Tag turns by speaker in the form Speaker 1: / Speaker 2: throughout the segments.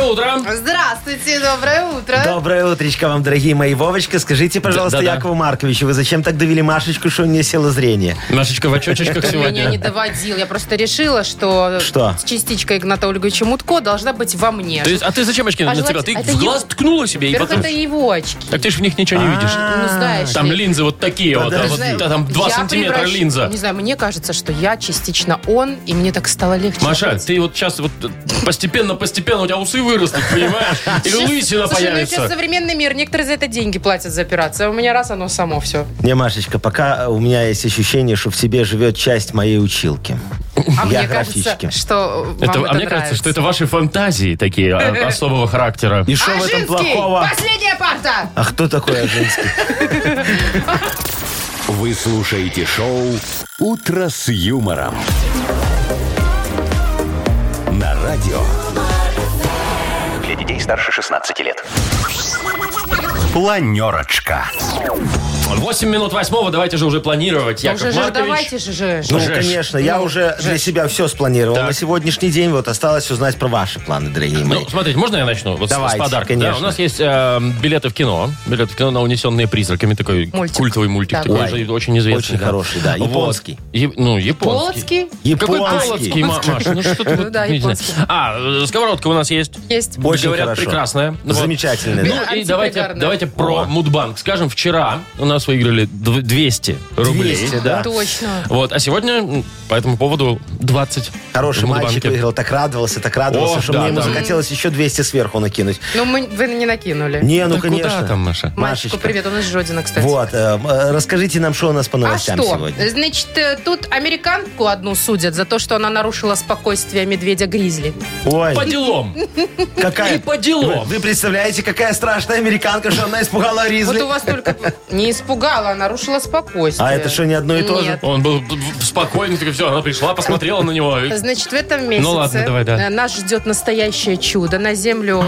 Speaker 1: утро.
Speaker 2: Здравствуйте, доброе утро.
Speaker 3: Доброе утречко вам, дорогие мои. Вовочка, скажите, пожалуйста,
Speaker 1: Да-да-да.
Speaker 3: Якову Марковичу, вы зачем так довели Машечку, что у нее село зрение?
Speaker 1: Машечка в очечках
Speaker 2: Меня не
Speaker 1: сегодня.
Speaker 2: доводил. Я просто решила, что,
Speaker 3: Что?
Speaker 2: частичка Игната Ольговича Мутко должна быть во мне.
Speaker 1: То есть, а ты зачем очки
Speaker 2: А
Speaker 1: нацепила? Ты
Speaker 2: желательно- это
Speaker 1: в глаз
Speaker 2: его-
Speaker 1: ткнула себе и
Speaker 2: Во-первых,
Speaker 1: потом...
Speaker 2: это его очки.
Speaker 1: Так ты же в них ничего не видишь.
Speaker 2: Ну, знаешь
Speaker 1: Там
Speaker 2: ли.
Speaker 1: линзы вот такие вот, а
Speaker 2: Ты
Speaker 1: вот
Speaker 2: знаешь,
Speaker 1: да, там 2
Speaker 2: я
Speaker 1: сантиметра
Speaker 2: превращ-
Speaker 1: линза.
Speaker 2: Не знаю, мне кажется, что я частично он, и мне так стало легче.
Speaker 1: Маша,
Speaker 2: жить.
Speaker 1: ты вот сейчас вот постепенно-постепенно у тебя усы вырастут, понимаешь? И
Speaker 2: Сейчас-
Speaker 1: лысина
Speaker 2: Слушай, ну сейчас
Speaker 1: появится.
Speaker 2: современный мир, некоторые за это деньги платят за операцию, а у меня раз оно само все.
Speaker 3: Не, Машечка, пока у меня есть ощущение, что в тебе живет часть моей училки.
Speaker 2: А
Speaker 3: Я
Speaker 2: мне
Speaker 3: графички.
Speaker 2: кажется, что вам
Speaker 1: Это-
Speaker 2: это,
Speaker 1: а мне кажется,
Speaker 2: нравится.
Speaker 1: что это ваши фантазии такие а, особого характера.
Speaker 3: И что в этом
Speaker 2: Ажинский!
Speaker 3: плохого?
Speaker 2: А, Последняя парта!
Speaker 3: А кто такой Ажинский?
Speaker 4: Вы слушаете шоу «Утро с юмором». На радио. Для детей старше 16 лет. Планерочка.
Speaker 1: 8 минут восьмого, давайте же уже планировать,
Speaker 2: Ну,
Speaker 1: Яков
Speaker 2: же, же,
Speaker 1: Маркович.
Speaker 2: давайте же, же.
Speaker 3: Ну,
Speaker 1: Жесть.
Speaker 3: конечно, я уже для себя все спланировал.
Speaker 1: Так.
Speaker 3: На сегодняшний день вот осталось узнать про ваши планы, дорогие мои.
Speaker 1: Ну, смотрите, можно я начну? Вот с-
Speaker 3: Давайте,
Speaker 1: с подарка.
Speaker 3: конечно.
Speaker 1: у нас есть э, билеты в кино. Билеты в кино на унесенные призраками. Такой
Speaker 2: Мультик.
Speaker 1: культовый мультик.
Speaker 2: Так.
Speaker 1: Такой
Speaker 3: Ой.
Speaker 1: же очень известный.
Speaker 3: Очень хороший, да,
Speaker 1: Вот.
Speaker 3: японский.
Speaker 1: Я- ну, японский.
Speaker 2: Полоцкий?
Speaker 1: Ну, Какой
Speaker 3: Японский.
Speaker 1: полоцкий, Ма- Маша? Ну, что ты
Speaker 2: Ну
Speaker 1: вот,
Speaker 2: да,
Speaker 1: не знаю.
Speaker 2: японский.
Speaker 1: А, э, сковородка у нас есть.
Speaker 2: Есть.
Speaker 3: Очень
Speaker 1: Говорят,
Speaker 3: хорошо.
Speaker 1: прекрасная. Вот.
Speaker 3: Замечательный,
Speaker 1: Ну
Speaker 3: да.
Speaker 1: и давайте,
Speaker 2: Антипригарная.
Speaker 1: давайте про Мудбанк. Скажем, вчера у нас выиграли дв- 200 рублей.
Speaker 3: 200, да.
Speaker 2: Точно.
Speaker 1: Вот, а сегодня м, по этому поводу 20.
Speaker 3: Хороший
Speaker 1: в Мудбанке.
Speaker 3: мальчик выиграл, так радовался, так радовался,
Speaker 1: О,
Speaker 3: что
Speaker 1: да,
Speaker 3: мне ему
Speaker 1: там.
Speaker 3: захотелось еще 200 сверху накинуть.
Speaker 2: Ну, мы, вы не накинули.
Speaker 3: Не, ну
Speaker 1: Да куда
Speaker 3: конечно.
Speaker 1: там, Маша?
Speaker 2: Мальчику
Speaker 3: Машечка.
Speaker 2: привет, он из Жодина, кстати.
Speaker 3: Вот, э, э, расскажите нам, что у нас по
Speaker 2: А
Speaker 3: новостям
Speaker 2: что?
Speaker 3: сегодня.
Speaker 2: Значит, э, тут американку одну судят за то, что она нарушила спокойствие медведя Гризли.
Speaker 3: Ой,
Speaker 1: По делам.
Speaker 3: какая...
Speaker 1: И по делам.
Speaker 3: Вы представляете, какая страшная американка, что она испугала Ризли?
Speaker 2: Вот у вас только не испугала, а нарушила спокойствие.
Speaker 3: А это что, не одно и то же?
Speaker 2: Нет.
Speaker 1: Он был спокойный, такой, все, она пришла, посмотрела на него. и-
Speaker 2: Значит, в этом месяце
Speaker 1: Ну ладно, давай, да.
Speaker 2: э, нас ждет настоящее чудо. На землю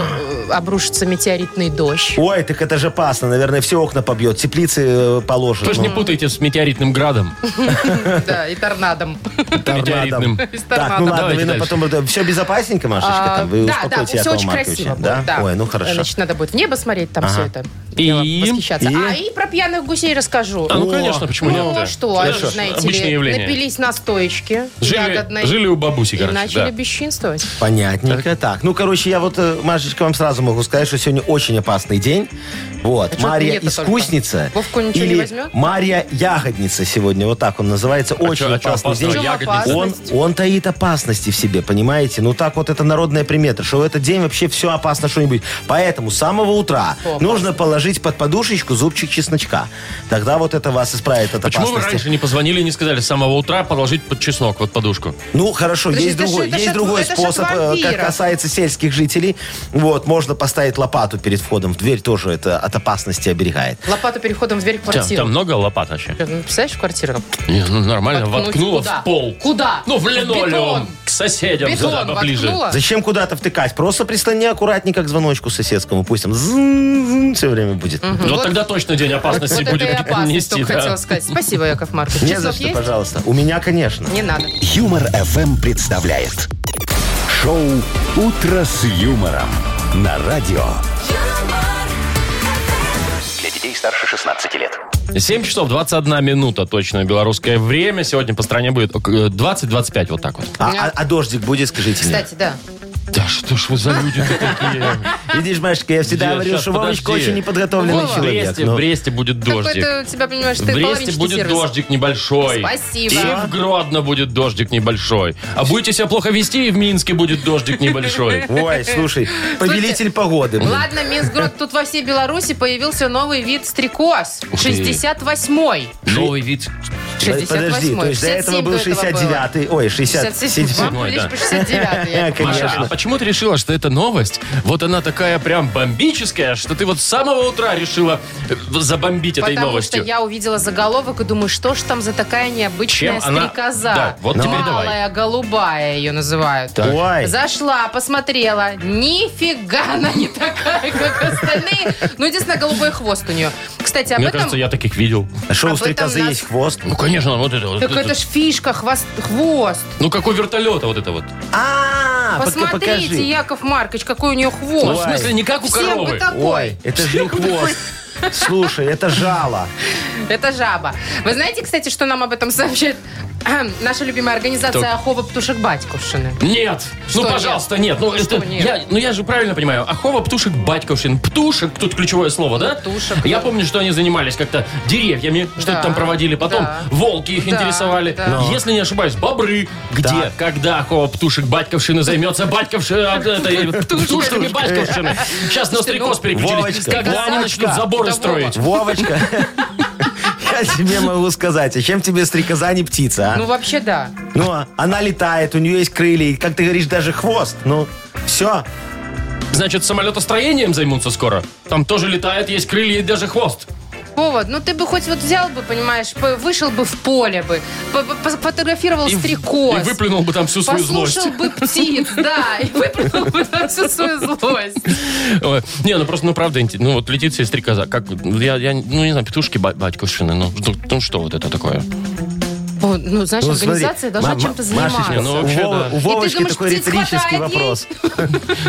Speaker 2: э, обрушится метеоритный дождь.
Speaker 3: Ой, так это же опасно. Наверное, все окна побьет, теплицы э, положит.
Speaker 1: Тоже
Speaker 3: ну.
Speaker 1: не путайте с метеоритным градом.
Speaker 2: Да, и торнадом.
Speaker 1: Метеоритным.
Speaker 2: И с
Speaker 3: Так,
Speaker 2: торнадом.
Speaker 3: ну ладно,
Speaker 1: Давайте
Speaker 3: вы нам
Speaker 1: дальше.
Speaker 3: потом... Все безопасненько, Машечка,
Speaker 2: А,
Speaker 3: там? Вы
Speaker 2: да, да,
Speaker 3: успокойте
Speaker 2: все
Speaker 3: Якова
Speaker 2: очень
Speaker 3: Марковича.
Speaker 2: красиво
Speaker 3: Да?
Speaker 2: будет, да. Э,
Speaker 3: Ой, ну хорошо.
Speaker 2: Значит, надо будет в небо смотреть, там все это дело,
Speaker 1: И-
Speaker 2: восхищаться.
Speaker 3: и?
Speaker 2: А, и про пьяных гусей расскажу.
Speaker 1: А, ну, конечно, почему
Speaker 2: Ну,
Speaker 1: нет?
Speaker 2: а что, они, знаете
Speaker 1: Обычное
Speaker 2: ли,
Speaker 1: явление.
Speaker 2: напились на стоечке
Speaker 1: Жили,
Speaker 2: ягодной
Speaker 1: жили у бабуси,
Speaker 2: и
Speaker 1: короче.
Speaker 2: начали
Speaker 1: да.
Speaker 2: бесчинствовать.
Speaker 3: Понятненько. Так. ну, короче, я вот, э, Машечка, вам сразу могу сказать, что сегодня очень опасный день. Вот.
Speaker 2: А чё
Speaker 3: Мария
Speaker 2: мне-то
Speaker 3: Искусница.
Speaker 2: только? Вовку ничего не
Speaker 3: или
Speaker 2: возьмет?
Speaker 3: Мария Ягодница сегодня. Вот так он называется.
Speaker 1: А
Speaker 3: очень
Speaker 1: чё- а чё
Speaker 3: опасный
Speaker 1: опасного?
Speaker 3: день.
Speaker 2: В чём
Speaker 1: Ягодница.
Speaker 2: опасность?
Speaker 3: Он, он таит опасности в себе, понимаете? Ну так вот это народная примета, что в этот день вообще все опасно что-нибудь. Поэтому с самого утра
Speaker 2: Что опасно?
Speaker 3: нужно положить под подушечку зубчик чесночка. Тогда вот это вас исправит от
Speaker 1: Почему вы
Speaker 3: опасности.
Speaker 1: раньше не позвонили и не сказали с самого утра положить под чеснок, вот подушку?
Speaker 3: Ну, хорошо,
Speaker 2: Подожди,
Speaker 3: есть
Speaker 2: это ж-
Speaker 3: другой,
Speaker 2: это ж
Speaker 3: есть
Speaker 2: от-
Speaker 3: другой
Speaker 2: это ж от
Speaker 3: способ, э, как
Speaker 2: вампира.
Speaker 3: касается сельских жителей. Вот, можно поставить лопату перед входом в дверь, тоже это от опасности оберегает.
Speaker 2: Лопату переходом в дверь в
Speaker 1: Там, там
Speaker 2: квартиру.
Speaker 1: много лопат вообще?
Speaker 2: Ну, Представляешь, в квартиру?
Speaker 1: Не, ну, нормально,
Speaker 2: Воткнуть
Speaker 1: воткнула
Speaker 2: куда?
Speaker 1: в пол.
Speaker 2: Куда?
Speaker 1: Ну, в
Speaker 2: В
Speaker 1: линолеум.
Speaker 2: бетон.
Speaker 1: К соседям
Speaker 2: Бетон
Speaker 1: сюда поближе.
Speaker 2: воткнула?
Speaker 3: Зачем куда-то втыкать? Просто пристани аккуратненько к звоночку соседскому. Пусть там все время будет.
Speaker 1: Ну, Вот,
Speaker 2: Вот-
Speaker 1: тогда точно день
Speaker 2: Вот
Speaker 1: опасности
Speaker 2: это и
Speaker 1: будет
Speaker 2: опасность,
Speaker 1: нести.
Speaker 2: только
Speaker 1: да.
Speaker 2: хотела сказать. Спасибо, Яков Маркович.
Speaker 3: Не за
Speaker 2: Часов
Speaker 3: что,
Speaker 2: есть?
Speaker 3: пожалуйста. У меня, конечно.
Speaker 2: Не надо.
Speaker 4: Юмор FM представляет шоу Утро с юмором на радио. Для детей старше 16 лет.
Speaker 1: 7 часов 21 минута точное белорусское время. Сегодня по стране будет э, 20-25, вот так вот.
Speaker 3: А, а- а дождик будет, скажите мне.
Speaker 2: Кстати, да.
Speaker 1: Да что ж вы за люди такие?
Speaker 2: а?
Speaker 3: Видишь, Машечка, я всегда
Speaker 1: Я
Speaker 3: говорил,
Speaker 1: щас,
Speaker 3: что Вовочка
Speaker 1: подожди.
Speaker 3: очень неподготовленный
Speaker 1: В
Speaker 3: человек.
Speaker 1: Бресте,
Speaker 3: ну.
Speaker 1: в Бресте будет дождик.
Speaker 2: Какой-то у тебя, понимаешь,
Speaker 1: В
Speaker 2: ты
Speaker 1: Бресте
Speaker 2: половинчатый
Speaker 1: будет
Speaker 2: сервис.
Speaker 1: дождик небольшой.
Speaker 2: Спасибо.
Speaker 1: И в Гродно будет дождик небольшой. А будете себя плохо вести, и в Минске будет дождик небольшой.
Speaker 3: Ой, слушай, повелитель погоды. блин.
Speaker 2: Ладно, мисс Грот, тут во всей Беларуси появился новый вид стрекоз.
Speaker 1: Ух ты.
Speaker 2: 68-й.
Speaker 1: Новый вид.
Speaker 2: 68-й.
Speaker 3: Подожди, то есть до
Speaker 2: 67
Speaker 3: этого был
Speaker 2: до этого было.
Speaker 3: 69-й, ой, 67-й.
Speaker 2: 67-й. Вам
Speaker 1: да.
Speaker 2: лишь по 69-й.
Speaker 3: Э,
Speaker 2: я
Speaker 3: конечно.
Speaker 1: Маша, а
Speaker 2: понимаю.
Speaker 1: почему ты решила, что эта новость, вот она такая прям бомбическая, что ты вот с самого утра решила э, забомбить этой
Speaker 2: Потому что
Speaker 1: новостью?
Speaker 2: я увидела заголовок и думаю, что ж там за такая
Speaker 1: Чем
Speaker 2: необычная
Speaker 1: она-
Speaker 2: стрекоза.
Speaker 1: Да, вот теперь давай.
Speaker 2: Малая голубая ее называют.
Speaker 1: Так.
Speaker 3: Ой.
Speaker 2: Зашла, посмотрела. Нифига она не такая, как остальные. Ну, единственное, голубой хвост у нее. Кстати, об
Speaker 1: Мне
Speaker 2: этом...
Speaker 1: кажется, я таких видел.
Speaker 3: А что,
Speaker 2: Об
Speaker 3: у
Speaker 2: этом
Speaker 3: стрекозы
Speaker 2: нас-
Speaker 3: есть хвост?
Speaker 1: Ну, конечно, вот это вот.
Speaker 2: Так это ж фишка, хвост. хвост.
Speaker 1: Ну, какой вертолета вот это вот.
Speaker 3: А, пока-
Speaker 2: Посмотрите,
Speaker 3: покажи.
Speaker 2: Яков Маркович, какой у нее хвост.
Speaker 1: Ну, в смысле, не как у
Speaker 2: Всем
Speaker 1: коровы.
Speaker 2: бы такой.
Speaker 3: Ой, это же не хвост. Слушай, это жало.
Speaker 2: Это жаба. Вы знаете, кстати, что нам об этом сообщает наша любимая организация
Speaker 1: Так.
Speaker 2: Ахова Птушек Батькушины?
Speaker 1: Нет!
Speaker 2: Что
Speaker 1: ну, пожалуйста, нет. Ну,
Speaker 2: Что
Speaker 1: это-
Speaker 2: нет?
Speaker 1: Я, ну, я же правильно понимаю. Ахова, Птушек, Батьковшин. Птушек, тут ключевое слово, да?
Speaker 2: Птушек,
Speaker 1: Я
Speaker 2: да.
Speaker 1: помню, что они занимались как-то деревьями, что-то
Speaker 2: Да,
Speaker 1: там проводили. Потом
Speaker 2: да.
Speaker 1: волки их
Speaker 2: Да,
Speaker 1: интересовали.
Speaker 2: да.
Speaker 1: Но. Если не ошибаюсь, бобры. Где?
Speaker 3: Да.
Speaker 1: Когда Ахова, Птушек, Батьковшина займется э, Батьковшина? Птушками Батьковшины. Сейчас на стрекоз переключились.
Speaker 3: Вовочка,
Speaker 1: Когда они
Speaker 2: Вовочка.
Speaker 1: начнут заборы
Speaker 2: Да,
Speaker 1: строить?
Speaker 3: Вовочка, я тебе могу сказать, а чем тебе стрекоза не птица, а?
Speaker 2: Ну, вообще, да.
Speaker 3: Ну, а она летает, у нее есть крылья, и, как ты говоришь, даже хвост. Ну, все.
Speaker 1: Значит, самолетостроением займутся скоро. Там тоже летает, есть крылья и даже хвост.
Speaker 2: Повод, ну ты бы хоть вот взял бы, понимаешь, по- вышел бы в поле бы, по- по- фотографировал
Speaker 1: И в-
Speaker 2: стрекоз.
Speaker 1: И выплюнул бы там всю свою злость.
Speaker 2: Послушал бы птиц, да, и выплюнул бы там всю свою злость.
Speaker 1: Ой, Не, ну просто, ну правда, инте- ну вот летит себе стрекоза. Как, ну, я, я, ну не знаю, петушки ба- батькушины, ну, ну, ну, что вот это такое?
Speaker 2: О, Ну, знаешь,
Speaker 3: Ну, смотри,
Speaker 2: организация должна
Speaker 3: Ма-
Speaker 2: чем-то
Speaker 3: Ма-
Speaker 1: Ну,
Speaker 3: Машечка,
Speaker 2: заниматься.
Speaker 3: у,
Speaker 1: вообще,
Speaker 3: Вова-
Speaker 1: да.
Speaker 3: у
Speaker 1: И ты
Speaker 3: Вовочки
Speaker 2: думаешь,
Speaker 3: такой
Speaker 2: птиц
Speaker 3: риторический
Speaker 2: хватает ей?
Speaker 3: вопрос.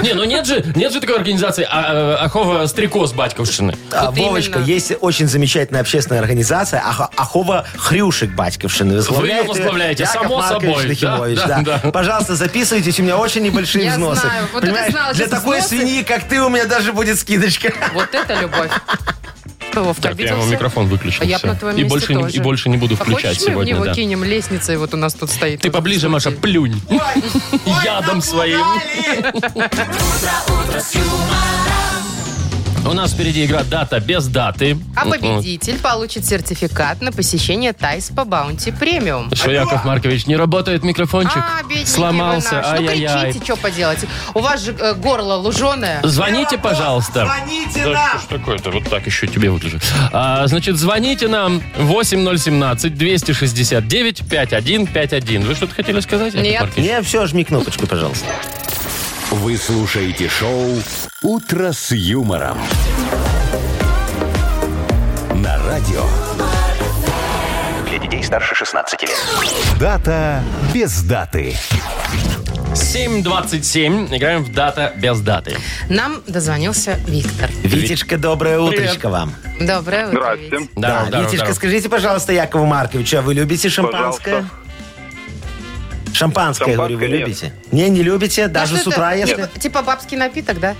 Speaker 1: Не, ну нет же, нет же такой организации а, э, Ахова стрекоз батькушины.
Speaker 3: А,
Speaker 2: Вот
Speaker 3: Вовочка,
Speaker 2: именно.
Speaker 3: есть очень замечательная общественная организация Ах- Ахова Хрюшек Батьковшины.
Speaker 1: Вы ее возглавляете,
Speaker 3: Яков
Speaker 1: само
Speaker 3: Маркович
Speaker 1: собой.
Speaker 3: Нахимович,
Speaker 1: Да, да,
Speaker 3: да.
Speaker 1: да.
Speaker 3: Пожалуйста, записывайтесь, у меня очень небольшие
Speaker 2: Я
Speaker 3: взносы.
Speaker 2: знаю, вот это
Speaker 3: Понимаешь,
Speaker 2: знала,
Speaker 3: для
Speaker 2: сейчас
Speaker 3: такой
Speaker 2: взносы.
Speaker 3: свиньи, как ты, у меня даже будет скидочка.
Speaker 2: Вот это любовь. Что, Вовка,
Speaker 1: Так, я вам
Speaker 2: обиделся?
Speaker 1: микрофон выключил.
Speaker 2: А я
Speaker 1: всё.
Speaker 2: б на твоем
Speaker 1: и
Speaker 2: месте
Speaker 1: больше не,
Speaker 2: тоже.
Speaker 1: и больше не буду
Speaker 2: А
Speaker 1: включать
Speaker 2: хочешь, мы в
Speaker 1: сегодня.
Speaker 2: него
Speaker 1: да.
Speaker 2: кинем лестницей, вот у нас тут стоит.
Speaker 1: Ты
Speaker 2: вот этот
Speaker 1: поближе, Маша,
Speaker 2: случай.
Speaker 1: плюнь. Ядом своим. У нас впереди игра «Дата без даты».
Speaker 2: А победитель получит сертификат на посещение Тайс по Баунти Премиум.
Speaker 1: Что, Яков Маркович, не работает микрофончик?
Speaker 2: А, бедненький вы
Speaker 1: Сломался,
Speaker 2: наш. Ну
Speaker 1: ай-яй-яй.
Speaker 2: кричите, что поделать. У вас же э, горло луженое.
Speaker 1: Звоните, пожалуйста.
Speaker 3: Звоните
Speaker 1: Да
Speaker 3: нам.
Speaker 1: что ж такое-то? Вот так еще тебе выгляжу. А, значит, звоните нам 8017-269-5151. Вы что-то хотели сказать? Яков
Speaker 2: Нет.
Speaker 1: Маркович?
Speaker 3: Не, все, жми кнопочку, пожалуйста.
Speaker 4: Вы слушаете шоу «Утро с юмором». На радио.
Speaker 5: Для детей старше 16 лет.
Speaker 4: Дата без даты.
Speaker 1: 7.27. Играем в дата без даты.
Speaker 2: Нам дозвонился Виктор.
Speaker 3: Витечка, доброе
Speaker 1: Привет.
Speaker 3: утречко вам.
Speaker 2: Доброе утро,
Speaker 6: Здравствуйте.
Speaker 2: Вить.
Speaker 1: Здорово, здорово,
Speaker 3: Витечка,
Speaker 1: здорово.
Speaker 3: скажите, пожалуйста, Якову Марковичу, а вы любите шампанское? Шампанское, я говорю, вы
Speaker 6: Шампанское нет.
Speaker 3: любите? Не, не любите, даже
Speaker 2: Ну,
Speaker 3: с
Speaker 2: что
Speaker 3: утра,
Speaker 2: это?
Speaker 3: если...
Speaker 2: Типа- Типа бабский напиток, да?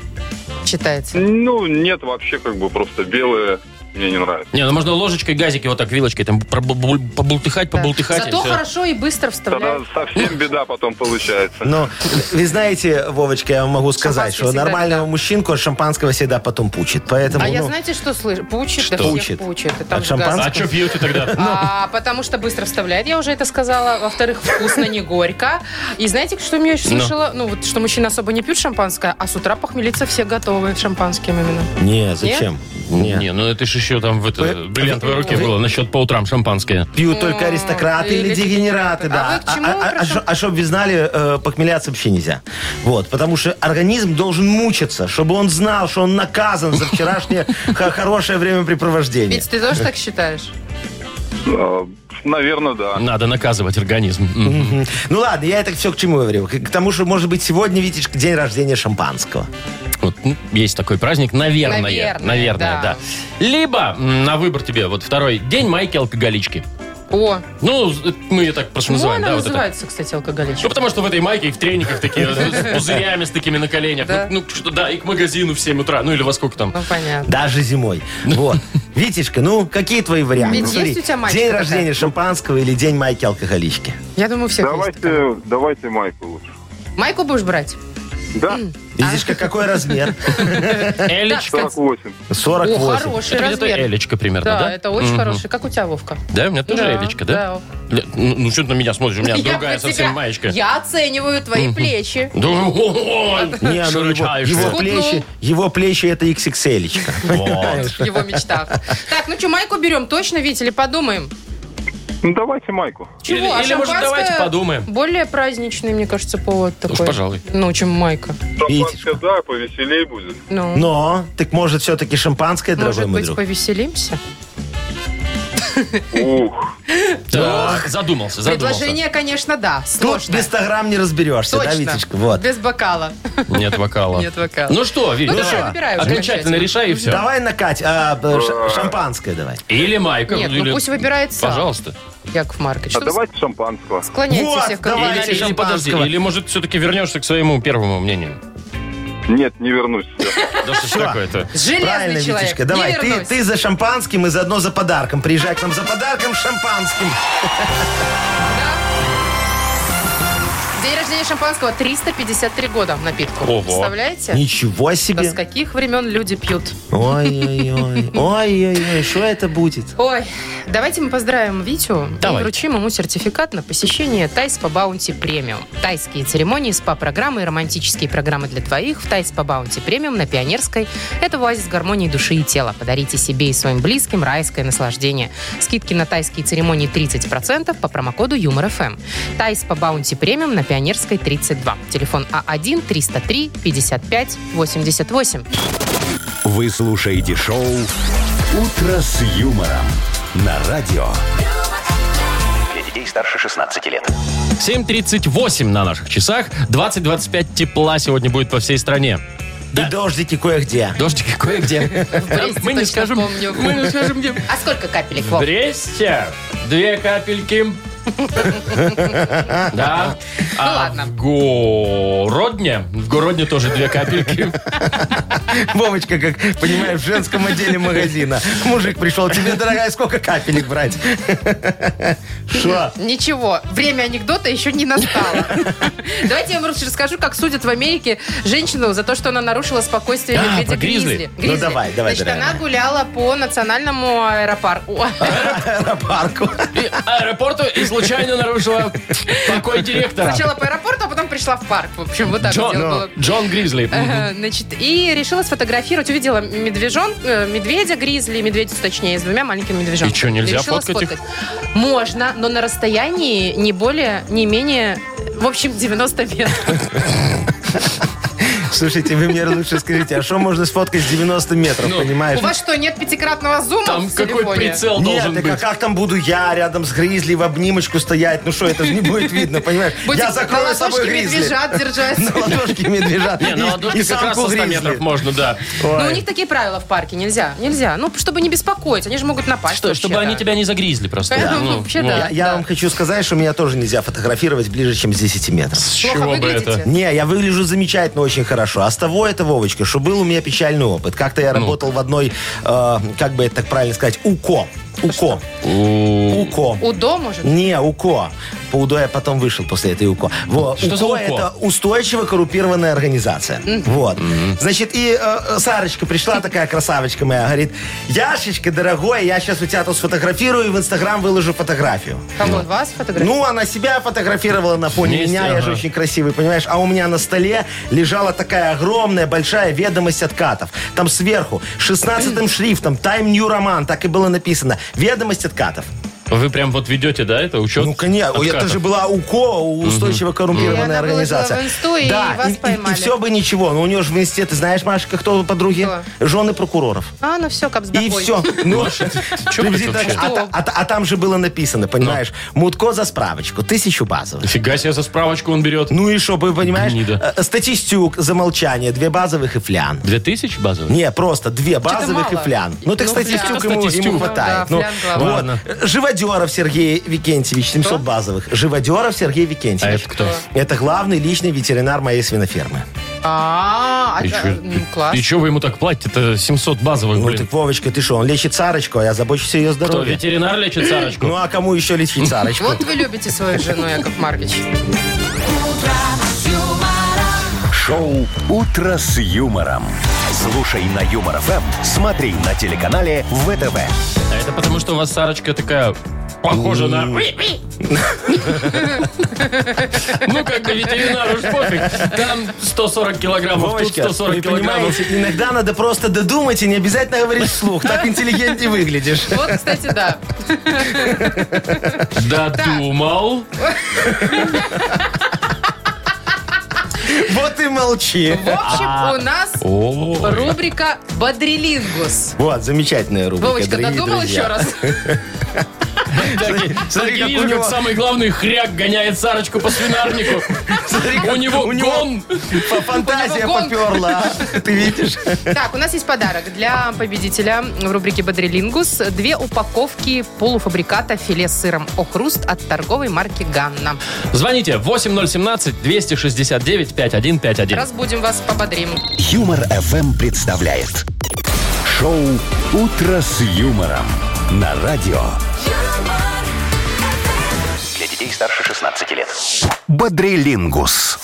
Speaker 2: Считается.
Speaker 6: Ну, нет, вообще как бы просто белые мне не нравится.
Speaker 1: Не, ну можно ложечкой, газики, вот так, вилочкой, там пробу- бу- побултыхать,
Speaker 2: Да.
Speaker 1: побултыхать. и
Speaker 2: Зато
Speaker 1: всё.
Speaker 2: хорошо и быстро
Speaker 6: Тогда
Speaker 2: вставляют.
Speaker 6: совсем беда потом получается.
Speaker 3: Ну, вы знаете, Вовочка, я вам могу сказать,
Speaker 2: Шампанское
Speaker 3: что
Speaker 2: всегда
Speaker 3: нормального
Speaker 2: беда.
Speaker 3: мужчинку от шампанского всегда потом пучит. Поэтому,
Speaker 2: А я
Speaker 3: ну,
Speaker 2: знаете, что слышу? Пучит, да всех
Speaker 3: Что? Пучит.
Speaker 2: пучит. И там
Speaker 3: От
Speaker 2: же
Speaker 3: шампанского?
Speaker 2: газ.
Speaker 1: А что пьете тогда?
Speaker 2: А, потому что быстро вставляет, я уже это сказала. Во-вторых, вкусно, не горько. И знаете, что я еще
Speaker 1: Ну.
Speaker 2: слышала? Ну, вот что мужчины особо не пьют шампанское, а с утра похмелиться все готовы шампанским именно.
Speaker 3: не, зачем? Не.
Speaker 1: Не, ну это ж еще там в это, бриллиантовой руке было насчет по утрам шампанское.
Speaker 3: Пьют только аристократы
Speaker 2: или
Speaker 3: или дегенераты,
Speaker 2: дегенераты. Э, А
Speaker 3: да.
Speaker 2: вы к чему про шам-
Speaker 3: чтобы вы знали, э, похмеляться вообще нельзя. Вот, потому что организм должен мучиться, чтобы он знал, что он наказан за вчерашнее х- хорошее времяпрепровождение.
Speaker 2: Ведь ты тоже так считаешь?
Speaker 6: А, Наверное, да.
Speaker 1: Надо наказывать организм. М.
Speaker 3: Мгм. Ну ладно, я это все к чему говорю? К к тому, что, может быть, сегодня, видишь, день рождения шампанского.
Speaker 1: Вот, ну, есть такой праздник, наверное. Наверное,
Speaker 2: Наверное,
Speaker 1: да.
Speaker 2: да.
Speaker 1: Либо м, на выбор тебе вот второй день майки-алкоголички.
Speaker 2: О,
Speaker 1: Ну, э, мы ее так просто
Speaker 2: почему
Speaker 1: называем,
Speaker 2: Ну, она
Speaker 1: да, вот это.
Speaker 2: называется, кстати, алкоголичка?
Speaker 1: Ну, потому что в этой майке и в трениках такие, э, с пузырями с такими на коленях.
Speaker 2: Да.
Speaker 1: Ну, ну, что, да, и к магазину в 7 утра. Ну, или во сколько там.
Speaker 2: Ну, понятно.
Speaker 3: Даже зимой. Вот. Витечка, ну, какие твои варианты?
Speaker 2: Ведь
Speaker 3: Смотри,
Speaker 2: есть у тебя мальчик
Speaker 3: День
Speaker 2: такая?
Speaker 3: рождения шампанского или день майки алкоголички?
Speaker 2: Я думаю, у всех есть такая.
Speaker 6: Давайте, давайте майку лучше.
Speaker 2: Майку будешь брать?
Speaker 6: Да?
Speaker 3: Видишь, как- какой размер?
Speaker 1: Элечка.
Speaker 6: 48.
Speaker 2: О,
Speaker 3: 48.
Speaker 2: хороший
Speaker 1: Это где-то
Speaker 2: размер.
Speaker 1: Элечка примерно,
Speaker 2: да,
Speaker 1: да?
Speaker 2: это очень
Speaker 1: Мгм.
Speaker 2: хороший. Как у тебя, Вовка?
Speaker 1: Да, у меня тоже Элечка, да? Ля- Ну, ну, что ты на меня смотришь? У меня
Speaker 2: Я
Speaker 1: другая
Speaker 2: про тебя-
Speaker 1: совсем маечка.
Speaker 2: Я оцениваю твои плечи.
Speaker 1: Да, о,
Speaker 3: Не, ну его,
Speaker 1: широчайшая.
Speaker 3: его
Speaker 2: Шутнул.
Speaker 3: плечи, его плечи это XXL.
Speaker 1: Вот.
Speaker 2: в его мечтах. Так, ну что, майку берем точно, Витя, или подумаем?
Speaker 6: Ну, давайте майку.
Speaker 2: Чего?
Speaker 1: Или-
Speaker 2: а
Speaker 1: или, может,
Speaker 2: шампанское
Speaker 1: давайте подумаем.
Speaker 2: Более праздничный, мне кажется, повод такой.
Speaker 1: пожалуй.
Speaker 2: Ну, чем майка.
Speaker 3: Видите,
Speaker 6: Шампанское, да, повеселей будет.
Speaker 2: Ну,
Speaker 3: Но, так может все-таки шампанское, дорогой
Speaker 2: может
Speaker 3: мой
Speaker 2: быть,
Speaker 3: друг?
Speaker 2: повеселимся?
Speaker 6: Ух.
Speaker 1: Так, задумался, задумался.
Speaker 2: Предложение, конечно, да,
Speaker 3: Тут
Speaker 2: сложно.
Speaker 3: без 100 грамм не разберешься,
Speaker 2: Точно.
Speaker 3: да, Витечка? Вот.
Speaker 2: Без бокала.
Speaker 1: Нет вокала.
Speaker 2: Нет вокала.
Speaker 1: Ну что, Вить,
Speaker 2: Ну,
Speaker 1: давай.
Speaker 2: давай, выбирай уже
Speaker 1: окончательно
Speaker 2: окончательно.
Speaker 1: решай и все.
Speaker 3: Давай, Накать, а, б, ш- шампанское давай.
Speaker 1: Или майка.
Speaker 2: Нет,
Speaker 1: или-
Speaker 2: ну пусть выбирает сам.
Speaker 1: Пожалуйста.
Speaker 2: Яков Маркович. Что
Speaker 6: А
Speaker 2: вы
Speaker 6: давайте шампанского.
Speaker 2: Склоняйте
Speaker 3: Вот,
Speaker 2: всех к
Speaker 3: давай,
Speaker 2: этому?
Speaker 1: Или, или,
Speaker 3: Алексей
Speaker 1: подожди,
Speaker 3: Панского.
Speaker 1: или, может, все-таки вернешься к своему первому мнению.
Speaker 6: Нет, не вернусь.
Speaker 1: Да что ж такое-то?
Speaker 2: Железный
Speaker 3: Правильно,
Speaker 2: человек.
Speaker 3: Витечка,
Speaker 2: Не
Speaker 3: давай. Ты,
Speaker 2: вернусь.
Speaker 3: ты за шампанским и заодно за подарком. Приезжай к нам за подарком с шампанским.
Speaker 2: День рождения шампанского 353 года напитку.
Speaker 1: Ого.
Speaker 2: Представляете?
Speaker 3: Ничего
Speaker 2: Да с
Speaker 3: себе.
Speaker 2: каких времен люди пьют?
Speaker 3: Ой-ой-ой. Ой-ой-ой, что это будет?
Speaker 2: Ой, давайте мы поздравим Витю
Speaker 1: Давай.
Speaker 2: и вручим ему сертификат на посещение Тайс по Баунти Премиум. Тайские церемонии, СПА-программы и романтические программы для двоих в Тайс по Баунти Премиум на Пионерской. Это оазис гармонии души и тела. Подарите себе и своим близким райское наслаждение. Скидки на тайские церемонии 30% по промокоду Юмор Эм. ФМ. Тайс по Баунти Премиум на Пионерской 32. Телефон А А1-303-55-88.
Speaker 4: Вы слушаете шоу «Утро с юмором» на радио.
Speaker 5: Для детей старше 16 лет.
Speaker 1: 7.38 на наших часах. 20-25 тепла сегодня будет по всей стране.
Speaker 3: И дождики кое-где.
Speaker 1: Дождик кое-где.
Speaker 2: Бресте
Speaker 1: Мы не
Speaker 2: точно
Speaker 1: скажем.
Speaker 2: помню.
Speaker 1: Мы не скажем, где.
Speaker 2: А сколько капелек,
Speaker 1: В
Speaker 2: Вов?
Speaker 1: Бресте две капельки. Да. А
Speaker 2: Ну ладно.
Speaker 1: в Городне, в Городне тоже две капельки.
Speaker 3: Вовочка, как понимаешь, в женском отделе магазина. Мужик пришел, тебе, дорогая, сколько капелек брать? Что?
Speaker 2: Ничего, время анекдота еще не настало. Давайте я вам лучше расскажу, как судят в Америке женщину за то, что она нарушила спокойствие
Speaker 1: А,
Speaker 2: медведя
Speaker 1: про гризли.
Speaker 2: Гризли.
Speaker 3: Ну,
Speaker 2: Гризли.
Speaker 3: давай, давай,
Speaker 2: Значит,
Speaker 3: дорогая
Speaker 2: она гуляла по национальному аэропарку.
Speaker 3: Аэропарку.
Speaker 1: И аэропорту и случайно нарушила покой директора.
Speaker 2: Сначала по аэропорту, а потом пришла в парк. В общем, вот так
Speaker 1: Джон,
Speaker 2: дело было.
Speaker 1: Джон Гризли.
Speaker 2: Э, Значит, и решила сфотографировать. Увидела медвежон, э, медведя, гризли, медведицу, точнее, с двумя маленькими медвежонками.
Speaker 1: И чё, нельзя
Speaker 2: Решила
Speaker 1: фоткать их?
Speaker 2: сфоткать. Можно, но на расстоянии не более, не менее, в общем, 90 метров.
Speaker 3: Слушайте, вы мне лучше скажите, а что можно сфоткать с 90 метров,
Speaker 1: Ну,
Speaker 3: понимаешь?
Speaker 2: У вас что, нет пятикратного зума
Speaker 1: Там
Speaker 2: в
Speaker 1: какой
Speaker 2: телефоне?
Speaker 1: прицел
Speaker 3: Нет,
Speaker 1: должен
Speaker 3: так а
Speaker 1: быть.
Speaker 3: как там буду я рядом с Гризли в обнимочку стоять? Ну что, это же не будет видно, понимаешь?
Speaker 2: Будете
Speaker 3: Я закрою
Speaker 2: на
Speaker 3: с собой
Speaker 2: ладошке
Speaker 3: Гризли.
Speaker 2: медвежат держать.
Speaker 3: На ладошке медвежат.
Speaker 1: Не, ну, на
Speaker 3: а И-
Speaker 1: ладошке
Speaker 3: и
Speaker 1: как раз
Speaker 3: самку
Speaker 1: со 100 метров
Speaker 3: Гризли.
Speaker 1: можно, да.
Speaker 2: Ну, у
Speaker 3: Ой.
Speaker 2: них такие правила в парке. Нельзя, нельзя. Ну, чтобы не беспокоить. Они же могут напасть.
Speaker 1: А Что, чтобы
Speaker 2: вообще-то.
Speaker 1: они тебя не загризли просто.
Speaker 2: Э,
Speaker 1: Ну,
Speaker 2: вообще,
Speaker 1: ну,
Speaker 2: да.
Speaker 3: Я- Я вам хочу сказать, что меня тоже нельзя фотографировать ближе, чем с 10 метров.
Speaker 1: С
Speaker 2: Плохо
Speaker 1: чего бы
Speaker 2: выглядите?
Speaker 1: это?
Speaker 3: Не, я выгляжу замечательно, очень хорошо. А с того это, Вовочка, что был у меня печальный опыт. Как-то я работал в одной, э, как бы это так правильно сказать, УКО. УКО. УКО.
Speaker 2: Удо, может?
Speaker 3: Не, УКО. По УДО я потом вышел после этой УКО. Во,
Speaker 1: Что
Speaker 3: УКО,
Speaker 1: за УКО?
Speaker 3: это устойчиво коррупированная организация. Вот. Значит, и э, Сарочка пришла, такая красавочка моя, говорит, Яшечка, дорогой, я сейчас у тебя тут сфотографирую и в Инстаграм выложу фотографию.
Speaker 2: Кого? Вас фотографировать?
Speaker 3: Ну, она себя фотографировала на фоне
Speaker 1: Вместе,
Speaker 3: меня, я же
Speaker 1: ага.
Speaker 3: очень красивый, понимаешь? А у меня на столе лежала такая огромная, большая ведомость откатов. Там сверху, 16 шрифтом, Time New Roman, так и было написано. Ведомость откатов.
Speaker 1: Вы прям вот ведете, да, это учет?
Speaker 3: Ну, конечно, это
Speaker 1: откатов?
Speaker 3: же была УКО, устойчиво
Speaker 2: И она
Speaker 3: коррумпированная
Speaker 2: выложила
Speaker 3: организация.
Speaker 2: в инсту, и
Speaker 3: да,
Speaker 2: вас поймали.
Speaker 3: все бы ничего, но у нее же в инсте, ты знаешь, Машка, кто подруги? Жены прокуроров.
Speaker 2: А, ну все, капсдокой.
Speaker 3: И все. Ну,
Speaker 1: чё вы тут
Speaker 3: приблизительно так.
Speaker 1: вообще? Ну.
Speaker 3: а, та- а та- а там же было написано, понимаешь, Мутко за справочку, тысячу базовых.
Speaker 1: Фига себе, за справочку он берет.
Speaker 3: Ну и что, понимаешь?
Speaker 1: Гнида.
Speaker 3: э, Статистюк, замолчание, две базовых и флян.
Speaker 1: 2000 базовых?
Speaker 3: Не, просто две базовых и
Speaker 2: мало.
Speaker 3: флян. Ну так
Speaker 2: Ну,
Speaker 3: статистюк,
Speaker 1: флян.
Speaker 3: ему, ему
Speaker 1: Статистюк.
Speaker 3: хватает.
Speaker 2: Ну
Speaker 3: Ну,
Speaker 2: да, флян
Speaker 3: вот.
Speaker 1: главное.
Speaker 3: Живодеров Сергей Викентьевич, 700 базовых. Живодеров Сергей
Speaker 1: А
Speaker 3: Викентьевич.
Speaker 1: это кто?
Speaker 3: это... главный личный ветеринар моей свинофермы.
Speaker 2: А,
Speaker 1: И
Speaker 2: а,
Speaker 1: чё-
Speaker 2: ну, класс.
Speaker 1: И чё вы ему так платите-то 700 базовых,
Speaker 3: Ну
Speaker 1: блин?
Speaker 3: так, Вовочка, ты что, он лечит Сарочку, а я забочусь о ее
Speaker 1: Кто,
Speaker 3: здоровье.
Speaker 1: ветеринар лечит Сарочку?
Speaker 3: Ну а кому еще лечить Сарочку?
Speaker 2: Вот вы любите свою жену, Яков Маркович.
Speaker 4: Шоу Шоу «Утро с юмором». Слушай на Юмор ФМ, смотри на телеканале ВТВ.
Speaker 1: А это потому, что у вас Сарочка такая похожа на... Ну, как бы ветеринару ж пофиг. Там 140 килограммов, тут
Speaker 3: Вовочка,
Speaker 1: 140
Speaker 3: вы
Speaker 1: килограммов.
Speaker 3: понимаете, иногда надо просто додумать и не обязательно говорить вслух. Так интеллигентнее выглядишь.
Speaker 2: Вот, кстати, да.
Speaker 1: Додумал.
Speaker 3: Вот и молчи.
Speaker 2: В
Speaker 1: А.
Speaker 2: общем, у нас
Speaker 1: О,
Speaker 2: рубрика «Бодрилингус».
Speaker 3: Вот, замечательная рубрика,
Speaker 2: Вовочка,
Speaker 3: дорогие
Speaker 2: додумал
Speaker 3: друзья.
Speaker 2: еще раз?
Speaker 1: смотри,
Speaker 3: смотри,
Speaker 1: я
Speaker 3: как
Speaker 1: вижу,
Speaker 3: у
Speaker 1: как
Speaker 3: него-
Speaker 1: самый главный хряк гоняет Сарочку по свинарнику.
Speaker 3: Смотри,
Speaker 1: У
Speaker 3: как-
Speaker 1: него
Speaker 3: у него-
Speaker 1: гон.
Speaker 3: Фа- Фантазия
Speaker 2: У него гонг.
Speaker 3: поперла, а? ты видишь?
Speaker 2: Так, у нас есть подарок для победителя в рубрике «Бодрилингус». Две упаковки полуфабриката филе с сыром «Охруст» от торговой марки «Ганна».
Speaker 1: Звоните 8017-269-5151.
Speaker 2: Разбудим вас, пободрим.
Speaker 4: Юмор ФМ представляет. Шоу «Утро с юмором» на радио
Speaker 7: юмор,
Speaker 5: Для детей старше 16 лет.
Speaker 4: «Бодрилингус».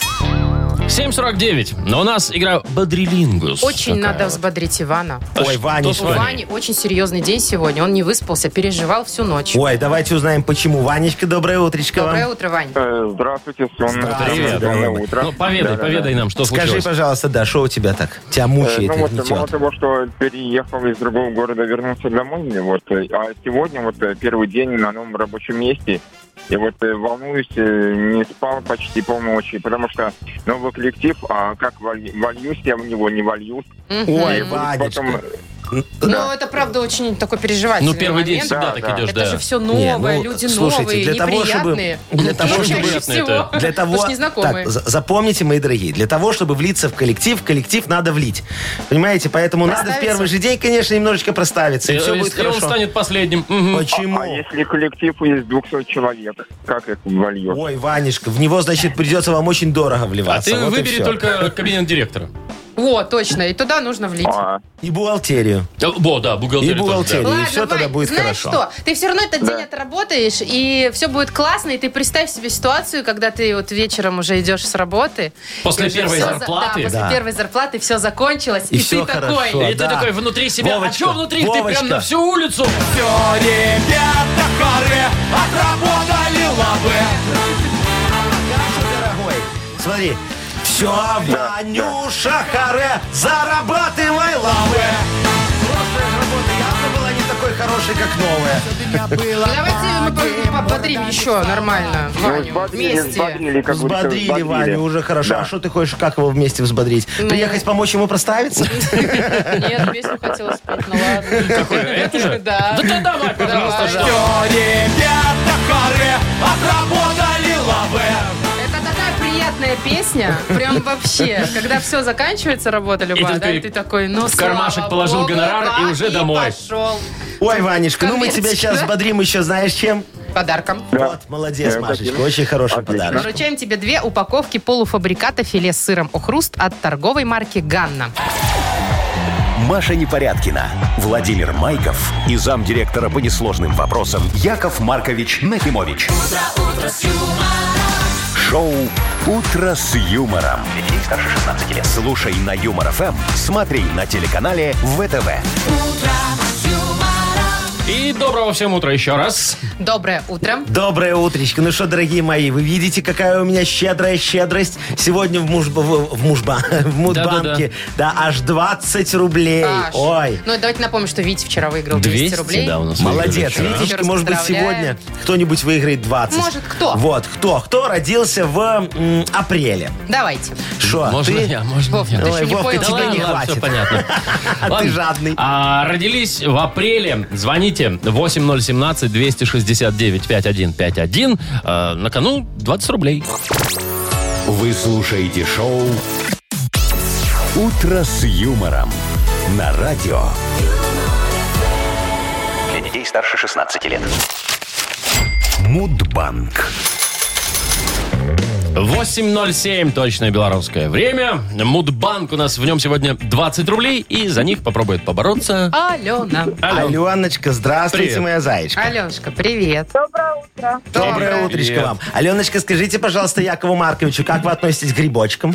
Speaker 1: 7.49. Но у нас игра Бодрилингус.
Speaker 2: Очень
Speaker 1: Такая
Speaker 2: надо
Speaker 1: вот.
Speaker 2: взбодрить Ивана.
Speaker 3: Ой,
Speaker 1: что
Speaker 3: Ванечка.
Speaker 1: с
Speaker 2: У
Speaker 1: Ваней?
Speaker 2: Вани очень серьезный день сегодня. Он не выспался, переживал всю ночь.
Speaker 3: Ой, давайте узнаем, почему. Ванечка, доброе утречко
Speaker 2: Доброе
Speaker 3: вам.
Speaker 2: утро, Вань.
Speaker 8: Э, Здравствуйте, сонное
Speaker 3: Здравствуйте, дорогой.
Speaker 8: утро.
Speaker 1: Ну, поведай,
Speaker 8: Да-да-да.
Speaker 1: поведай нам, что
Speaker 3: Скажи,
Speaker 1: случилось.
Speaker 3: пожалуйста, да, что у тебя так? Тебя
Speaker 8: Э,
Speaker 3: мучает,
Speaker 8: Ну вот, мало
Speaker 3: гнетет.
Speaker 8: того, что переехал из другого города, вернулся домой, мне вот, э, а сегодня вот э, первый день на новом рабочем месте, и вот э, волнуюсь, э, не спал почти полночи, потому что новый коллектив, а как воль- вольюсь я в него, не вольюсь.
Speaker 2: Мгм.
Speaker 3: Ой,
Speaker 8: И Потом,
Speaker 3: Ванечка.
Speaker 8: э,
Speaker 2: Ну, это правда очень такой переживательный
Speaker 1: Ну, первый день
Speaker 2: А момент.
Speaker 1: всегда
Speaker 8: Да,
Speaker 1: так
Speaker 8: да.
Speaker 1: идешь,
Speaker 2: Это
Speaker 1: да.
Speaker 2: же все
Speaker 3: Не,
Speaker 2: новое,
Speaker 3: ну,
Speaker 2: люди
Speaker 3: слушайте,
Speaker 2: новые,
Speaker 3: для того, чтобы-
Speaker 2: неприятные.
Speaker 3: для того,
Speaker 2: Ну,
Speaker 3: чтобы-
Speaker 2: чаще всего.
Speaker 1: это-
Speaker 3: Для
Speaker 2: Потому
Speaker 3: того,
Speaker 2: что незнакомые.
Speaker 3: так, за- запомните, мои дорогие, для того, чтобы влиться в коллектив, в коллектив надо влить. Понимаете, поэтому надо в
Speaker 2: Проставиться?
Speaker 3: первый же день, конечно, немножечко проставиться, и все будет
Speaker 1: Если Э, он
Speaker 3: хорошо.
Speaker 1: станет последним. мгм.
Speaker 3: Почему?
Speaker 8: А если коллектив из 200 человек, как их вольешь?
Speaker 3: Ой, Ванечка, в него, значит, придется вам очень дорого
Speaker 1: А
Speaker 3: вливаться.
Speaker 1: ты
Speaker 3: вот и
Speaker 1: выбери
Speaker 3: всё.
Speaker 1: только кабинет директора.
Speaker 2: О, точно, и туда нужно влить.
Speaker 8: А,
Speaker 3: И бухгалтерию.
Speaker 1: О, Э, да, бухгалтерия.
Speaker 3: И бухгалтерия.
Speaker 1: тоже,
Speaker 3: и всё тогда будет
Speaker 2: знаешь
Speaker 3: хорошо.
Speaker 2: что? Ты все равно этот день отработаешь, и все будет классно, и ты представь себе ситуацию, когда ты вот вечером уже идешь с работы.
Speaker 1: После
Speaker 2: и уже
Speaker 1: первой
Speaker 2: всё за-
Speaker 1: зарплаты?
Speaker 2: Да, после
Speaker 3: Да.
Speaker 2: первой зарплаты все закончилось, и,
Speaker 3: И всё
Speaker 2: ты
Speaker 3: хорошо.
Speaker 1: да.
Speaker 2: такой.
Speaker 1: И ты
Speaker 3: Да.
Speaker 1: такой внутри себя.
Speaker 3: Вовочка,
Speaker 1: а что внутри? Ты
Speaker 3: Вовочка.
Speaker 1: прям на всю улицу.
Speaker 3: Дорогой, смотри. Все, Ванюша, харе, зарабатывай лавы. Прошлая работа явно была не такой хорошей, как новая.
Speaker 2: Давайте мы пободрим еще нормально
Speaker 6: Ну,
Speaker 2: Ваню вместе.
Speaker 8: ну, взбодрили, как говорится,
Speaker 3: Взбодрили Ваню, уже хорошо.
Speaker 8: Да.
Speaker 3: А что ты хочешь, как его вместе взбодрить? Приехать помочь ему проставиться?
Speaker 2: Нет, песню хотела спеть, ну ладно.
Speaker 1: Какой? Эту же?
Speaker 2: Да.
Speaker 1: Да ты давай, пожалуйста,
Speaker 2: Давай.
Speaker 1: жалуй.
Speaker 2: Это такая приятная песня, прям вообще. Когда все заканчивается, работа любая, да,
Speaker 1: такой
Speaker 2: и ты такой, ну,
Speaker 1: в кармашек
Speaker 2: слава
Speaker 1: положил
Speaker 2: богу,
Speaker 1: гонорар и
Speaker 2: да,
Speaker 1: уже домой.
Speaker 2: пошел.
Speaker 3: Ой, Ванюшка, ну мы
Speaker 2: Капец.
Speaker 3: тебя сейчас взбодрим еще, знаешь чем?
Speaker 2: Подарком.
Speaker 3: Вот, молодец,
Speaker 8: Да,
Speaker 3: Машечка,
Speaker 8: спасибо.
Speaker 3: очень хороший
Speaker 8: Отлично.
Speaker 3: подарок.
Speaker 2: Вручаем тебе две упаковки полуфабриката филе с сыром «Охруст» от торговой марки «Ганна».
Speaker 4: Маша Непорядкина, Владимир Майков и замдиректора по несложным вопросам Яков Маркович Нахимович. Шоу «Утро с юмором».
Speaker 5: Для детей старше 16 лет.
Speaker 4: Слушай на Юмор ФМ, смотри на телеканале ВТВ.
Speaker 1: И доброго всем утра еще раз.
Speaker 2: Доброе утро.
Speaker 3: Доброе утречко. Ну что, дорогие мои, вы видите, какая у меня щедрая щедрость? Сегодня в, муж, в, в мужба, в Мудбанке, да, аж 20 рублей.
Speaker 2: Паш.
Speaker 3: Ой,
Speaker 2: Ну, давайте напомним, что Витя вчера выиграл 200, рублей.
Speaker 1: да, у нас.
Speaker 3: молодец.
Speaker 2: вчера.
Speaker 3: Видите, может быть,
Speaker 2: Поздравляем.
Speaker 3: сегодня кто-нибудь выиграет 20.
Speaker 2: Может, кто?
Speaker 3: Вот, кто? Кто родился в м, апреле?
Speaker 2: Давайте.
Speaker 3: Что,
Speaker 1: Можно
Speaker 3: ты?
Speaker 1: я, можно
Speaker 2: Вов,
Speaker 1: я.
Speaker 2: ты
Speaker 3: Ой,
Speaker 2: еще не
Speaker 3: Вовка,
Speaker 2: понял.
Speaker 3: тебе
Speaker 2: да?
Speaker 3: не
Speaker 1: ладно,
Speaker 3: хватит.
Speaker 1: всё понятно.
Speaker 3: А ты
Speaker 1: Ладно.
Speaker 3: жадный.
Speaker 1: А, родились в апреле. Звоните 8017-269-5151. А, на кону 20 рублей.
Speaker 4: Вы слушаете шоу «Утро с юмором» на радио.
Speaker 5: Для детей старше 16 лет.
Speaker 4: Мудбанк.
Speaker 1: 8.07, точное белорусское время. Мудбанк у нас, в нем сегодня 20 рублей, и за них попробует побороться.
Speaker 2: Алена.
Speaker 1: Алло.
Speaker 3: Аленочка, здравствуйте,
Speaker 1: Привет.
Speaker 3: моя заячка.
Speaker 2: Аленушка, привет.
Speaker 3: Доброе
Speaker 1: Доброе.
Speaker 3: утречко
Speaker 1: Привет.
Speaker 3: вам. Аленочка, скажите, пожалуйста, Якову Марковичу, как вы относитесь к грибочкам?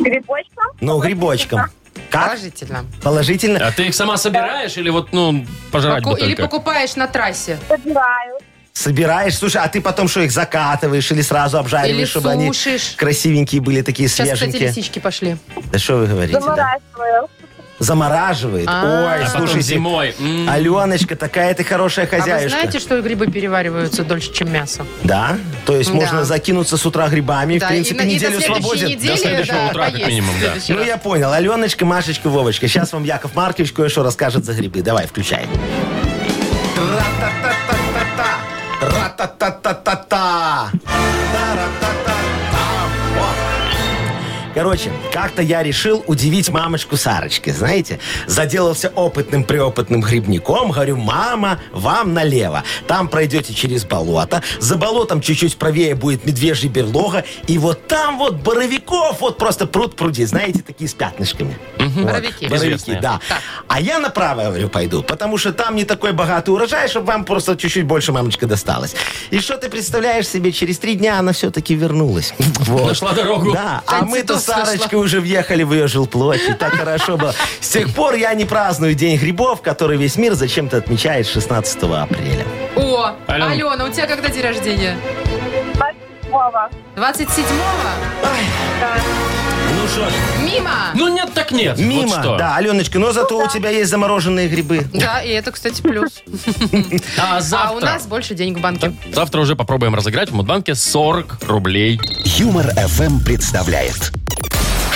Speaker 7: Грибочком?
Speaker 3: Ну, грибочком. Как?
Speaker 2: Положительно.
Speaker 3: Положительно?
Speaker 1: А ты их сама собираешь или вот, ну, пожрать
Speaker 2: Поку-
Speaker 1: бы
Speaker 2: Или
Speaker 1: только?
Speaker 2: покупаешь на трассе.
Speaker 7: Собираю.
Speaker 3: Собираешь? Слушай, а ты потом что, их закатываешь или сразу
Speaker 2: Или
Speaker 3: обжариваешь, чтобы они
Speaker 2: сушишь.
Speaker 3: красивенькие были, такие
Speaker 2: Сейчас, кстати,
Speaker 3: свеженькие?
Speaker 2: лисички пошли.
Speaker 3: Да что вы говорите? да?
Speaker 7: Заморачиваю.
Speaker 3: Замораживает?
Speaker 2: А.
Speaker 3: Ой,
Speaker 1: А потом
Speaker 3: слушайте.
Speaker 1: зимой. м,
Speaker 3: Аленочка, такая ты хорошая
Speaker 2: А вы
Speaker 3: хозяюшка.
Speaker 2: знаете, что грибы перевариваются дольше, чем мясо?
Speaker 3: Да? То есть
Speaker 2: Да.
Speaker 3: можно закинуться с утра грибами,
Speaker 2: Да,
Speaker 3: в принципе,
Speaker 2: и на- и
Speaker 3: неделю
Speaker 2: до следующей
Speaker 3: свободен.
Speaker 2: недели,
Speaker 1: До следующего
Speaker 2: да,
Speaker 1: утра, как
Speaker 2: поесть
Speaker 1: минимум,
Speaker 2: в
Speaker 1: да.
Speaker 2: следующий
Speaker 3: Ну,
Speaker 2: раз.
Speaker 3: я понял. Аленочка, Машечка, Вовочка. Сейчас вам Яков Маркович кое-что расскажет за грибы. Давай, включай. Тра-та-та-та-та-та. Тра-та-та-та-та-та. Тара-та-та-та. О. Короче, как-то я решил удивить мамочку Сарочки, знаете. Заделался опытным-преопытным грибником. Говорю, мама, вам налево. Там пройдете через болото. За болотом чуть-чуть правее будет медвежья берлога. И вот там вот боровиков вот просто пруд пруди. Знаете, такие с пятнышками. Вот.
Speaker 2: Боровики.
Speaker 3: Боровики,
Speaker 1: Известные.
Speaker 3: да.
Speaker 2: Так.
Speaker 3: А я направо, говорю, пойду, потому что там не такой богатый урожай, чтобы вам просто чуть-чуть больше, мамочка, досталось. И что ты представляешь себе, через три дня она все-таки вернулась. Вот.
Speaker 1: Нашла дорогу.
Speaker 3: Да, а
Speaker 2: Конституцию
Speaker 3: мы-то с
Speaker 2: нашла.
Speaker 3: Сарочкой уже въехали в ее жилплощадь. Так хорошо было. С тех пор я не праздную День грибов, который весь мир зачем-то отмечает 16 апреля.
Speaker 2: О,
Speaker 1: Алена.
Speaker 2: Алена, у тебя когда день рождения?
Speaker 7: 27-го.
Speaker 2: 27-го?
Speaker 3: Ну что ж,
Speaker 2: Мимо!
Speaker 1: Ну нет, так нет. Вот
Speaker 3: мимо.
Speaker 1: что.
Speaker 3: Да, Аленочка, но зато у тебя есть замороженные грибы.
Speaker 2: Да, и это, кстати, плюс.
Speaker 1: А
Speaker 2: А у
Speaker 1: завтра?
Speaker 2: нас больше денег в банке.
Speaker 1: Завтра уже попробуем разыграть в Мудбанке 40 рублей.
Speaker 4: Юмор FM представляет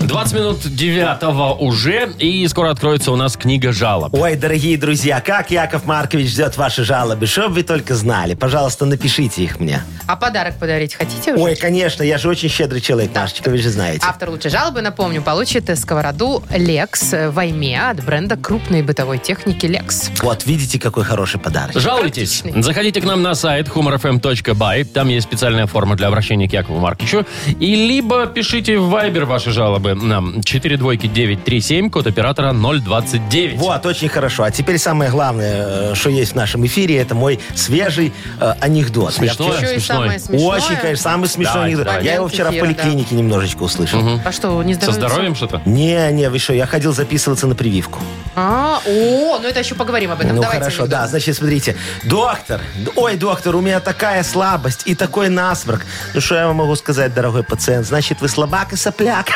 Speaker 1: 20 минут 9 уже, и скоро откроется у нас книга жалоб.
Speaker 3: Ой, дорогие друзья, как Яков Маркович ждет ваши жалобы, чтоб вы только знали. Пожалуйста, напишите их мне.
Speaker 2: А подарок подарить хотите уже?
Speaker 3: Ой, конечно, я же очень щедрый человек, Машечка, вы же знаете.
Speaker 2: Автор лучшей жалобы, напомню, получит сковороду Lex Вайме от бренда крупной бытовой техники Lex.
Speaker 3: Вот, видите, какой хороший подарок.
Speaker 1: Жалуйтесь.
Speaker 2: Практичный.
Speaker 1: Заходите к нам на сайт humorfm.by. Там есть специальная форма для обращения к Якову Маркичу. И либо пишите в Viber ваши жалобы нам 42937, код оператора 029.
Speaker 3: Вот, очень хорошо. А теперь самое главное, э, что есть в нашем эфире, это мой свежий э, анекдот.
Speaker 1: Смешное,
Speaker 3: Я
Speaker 2: Еще и
Speaker 1: смешной.
Speaker 2: самое
Speaker 3: вчера-
Speaker 2: смешное.
Speaker 3: Очень, конечно, самый смешной
Speaker 1: Давай,
Speaker 3: анекдот.
Speaker 1: давай.
Speaker 3: Я его вчера в
Speaker 2: Момент эфира,
Speaker 3: поликлинике немножечко услышал.
Speaker 2: А что, не
Speaker 1: Со
Speaker 2: здоровится?
Speaker 1: здоровьем что-то?
Speaker 3: Не, не, вы что, я ходил записываться на прививку.
Speaker 2: А, о, ну это еще поговорим об этом.
Speaker 3: ну
Speaker 2: Давайте
Speaker 3: хорошо,
Speaker 2: анекдот.
Speaker 3: да, значит, смотрите. Доктор, д- ой, доктор, у меня такая слабость и такой насморк. Ну что я вам могу сказать, дорогой пациент? Значит, вы слабак и сопляк.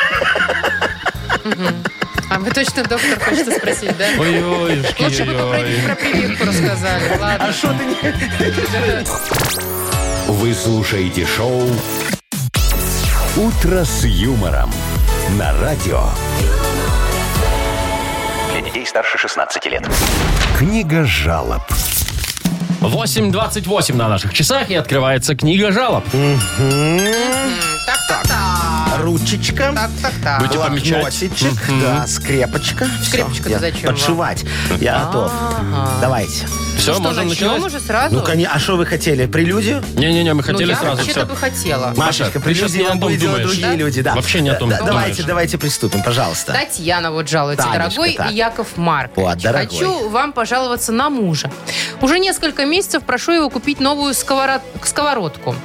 Speaker 2: А вы точно доктор хочется спросить, да?
Speaker 1: Ой-ой,
Speaker 2: Лучше бы вы про, про прививку
Speaker 3: А
Speaker 2: рассказали. Ладно.
Speaker 4: Вы слушаете шоу Утро с юмором на радио.
Speaker 5: Для детей старше 16 лет.
Speaker 4: Книга жалоб.
Speaker 1: 8.28 на наших часах, и открывается книга жалоб.
Speaker 2: Так, так, так.
Speaker 3: Ручечка.
Speaker 2: Так, так, так.
Speaker 1: Будете помечать.
Speaker 3: блокнотичек, да, скрепочка. Всё,
Speaker 2: Скрепочка-то
Speaker 3: я
Speaker 2: зачем вам?
Speaker 3: Подшивать. Я готов.
Speaker 2: Ага.
Speaker 3: Давайте.
Speaker 1: Все,
Speaker 2: Ну Что,
Speaker 1: можно
Speaker 2: начнем
Speaker 1: начинать?
Speaker 2: уже сразу?
Speaker 3: Ну, конечно, а что вы хотели? Прелюдию?
Speaker 1: Не-не-не, мы
Speaker 2: Ну,
Speaker 1: хотели
Speaker 2: я
Speaker 1: сразу
Speaker 2: вообще-то
Speaker 1: все.
Speaker 2: бы хотела.
Speaker 3: Машечка,
Speaker 1: ты щас не
Speaker 3: прелюдию
Speaker 1: о
Speaker 3: вам
Speaker 1: том
Speaker 3: будет делать
Speaker 1: думаешь.
Speaker 3: другие люди, да.
Speaker 1: Вообще не о том
Speaker 3: Да,
Speaker 1: ты
Speaker 3: Давайте,
Speaker 1: думаешь.
Speaker 3: давайте приступим, пожалуйста.
Speaker 2: Татьяна вот жалуется.
Speaker 3: Танечка,
Speaker 2: дорогой
Speaker 3: так.
Speaker 2: Яков Маркович,
Speaker 3: Вот, дорогой.
Speaker 2: хочу вам пожаловаться на мужа. Уже несколько месяцев прошу его купить новую сковород- сковородку.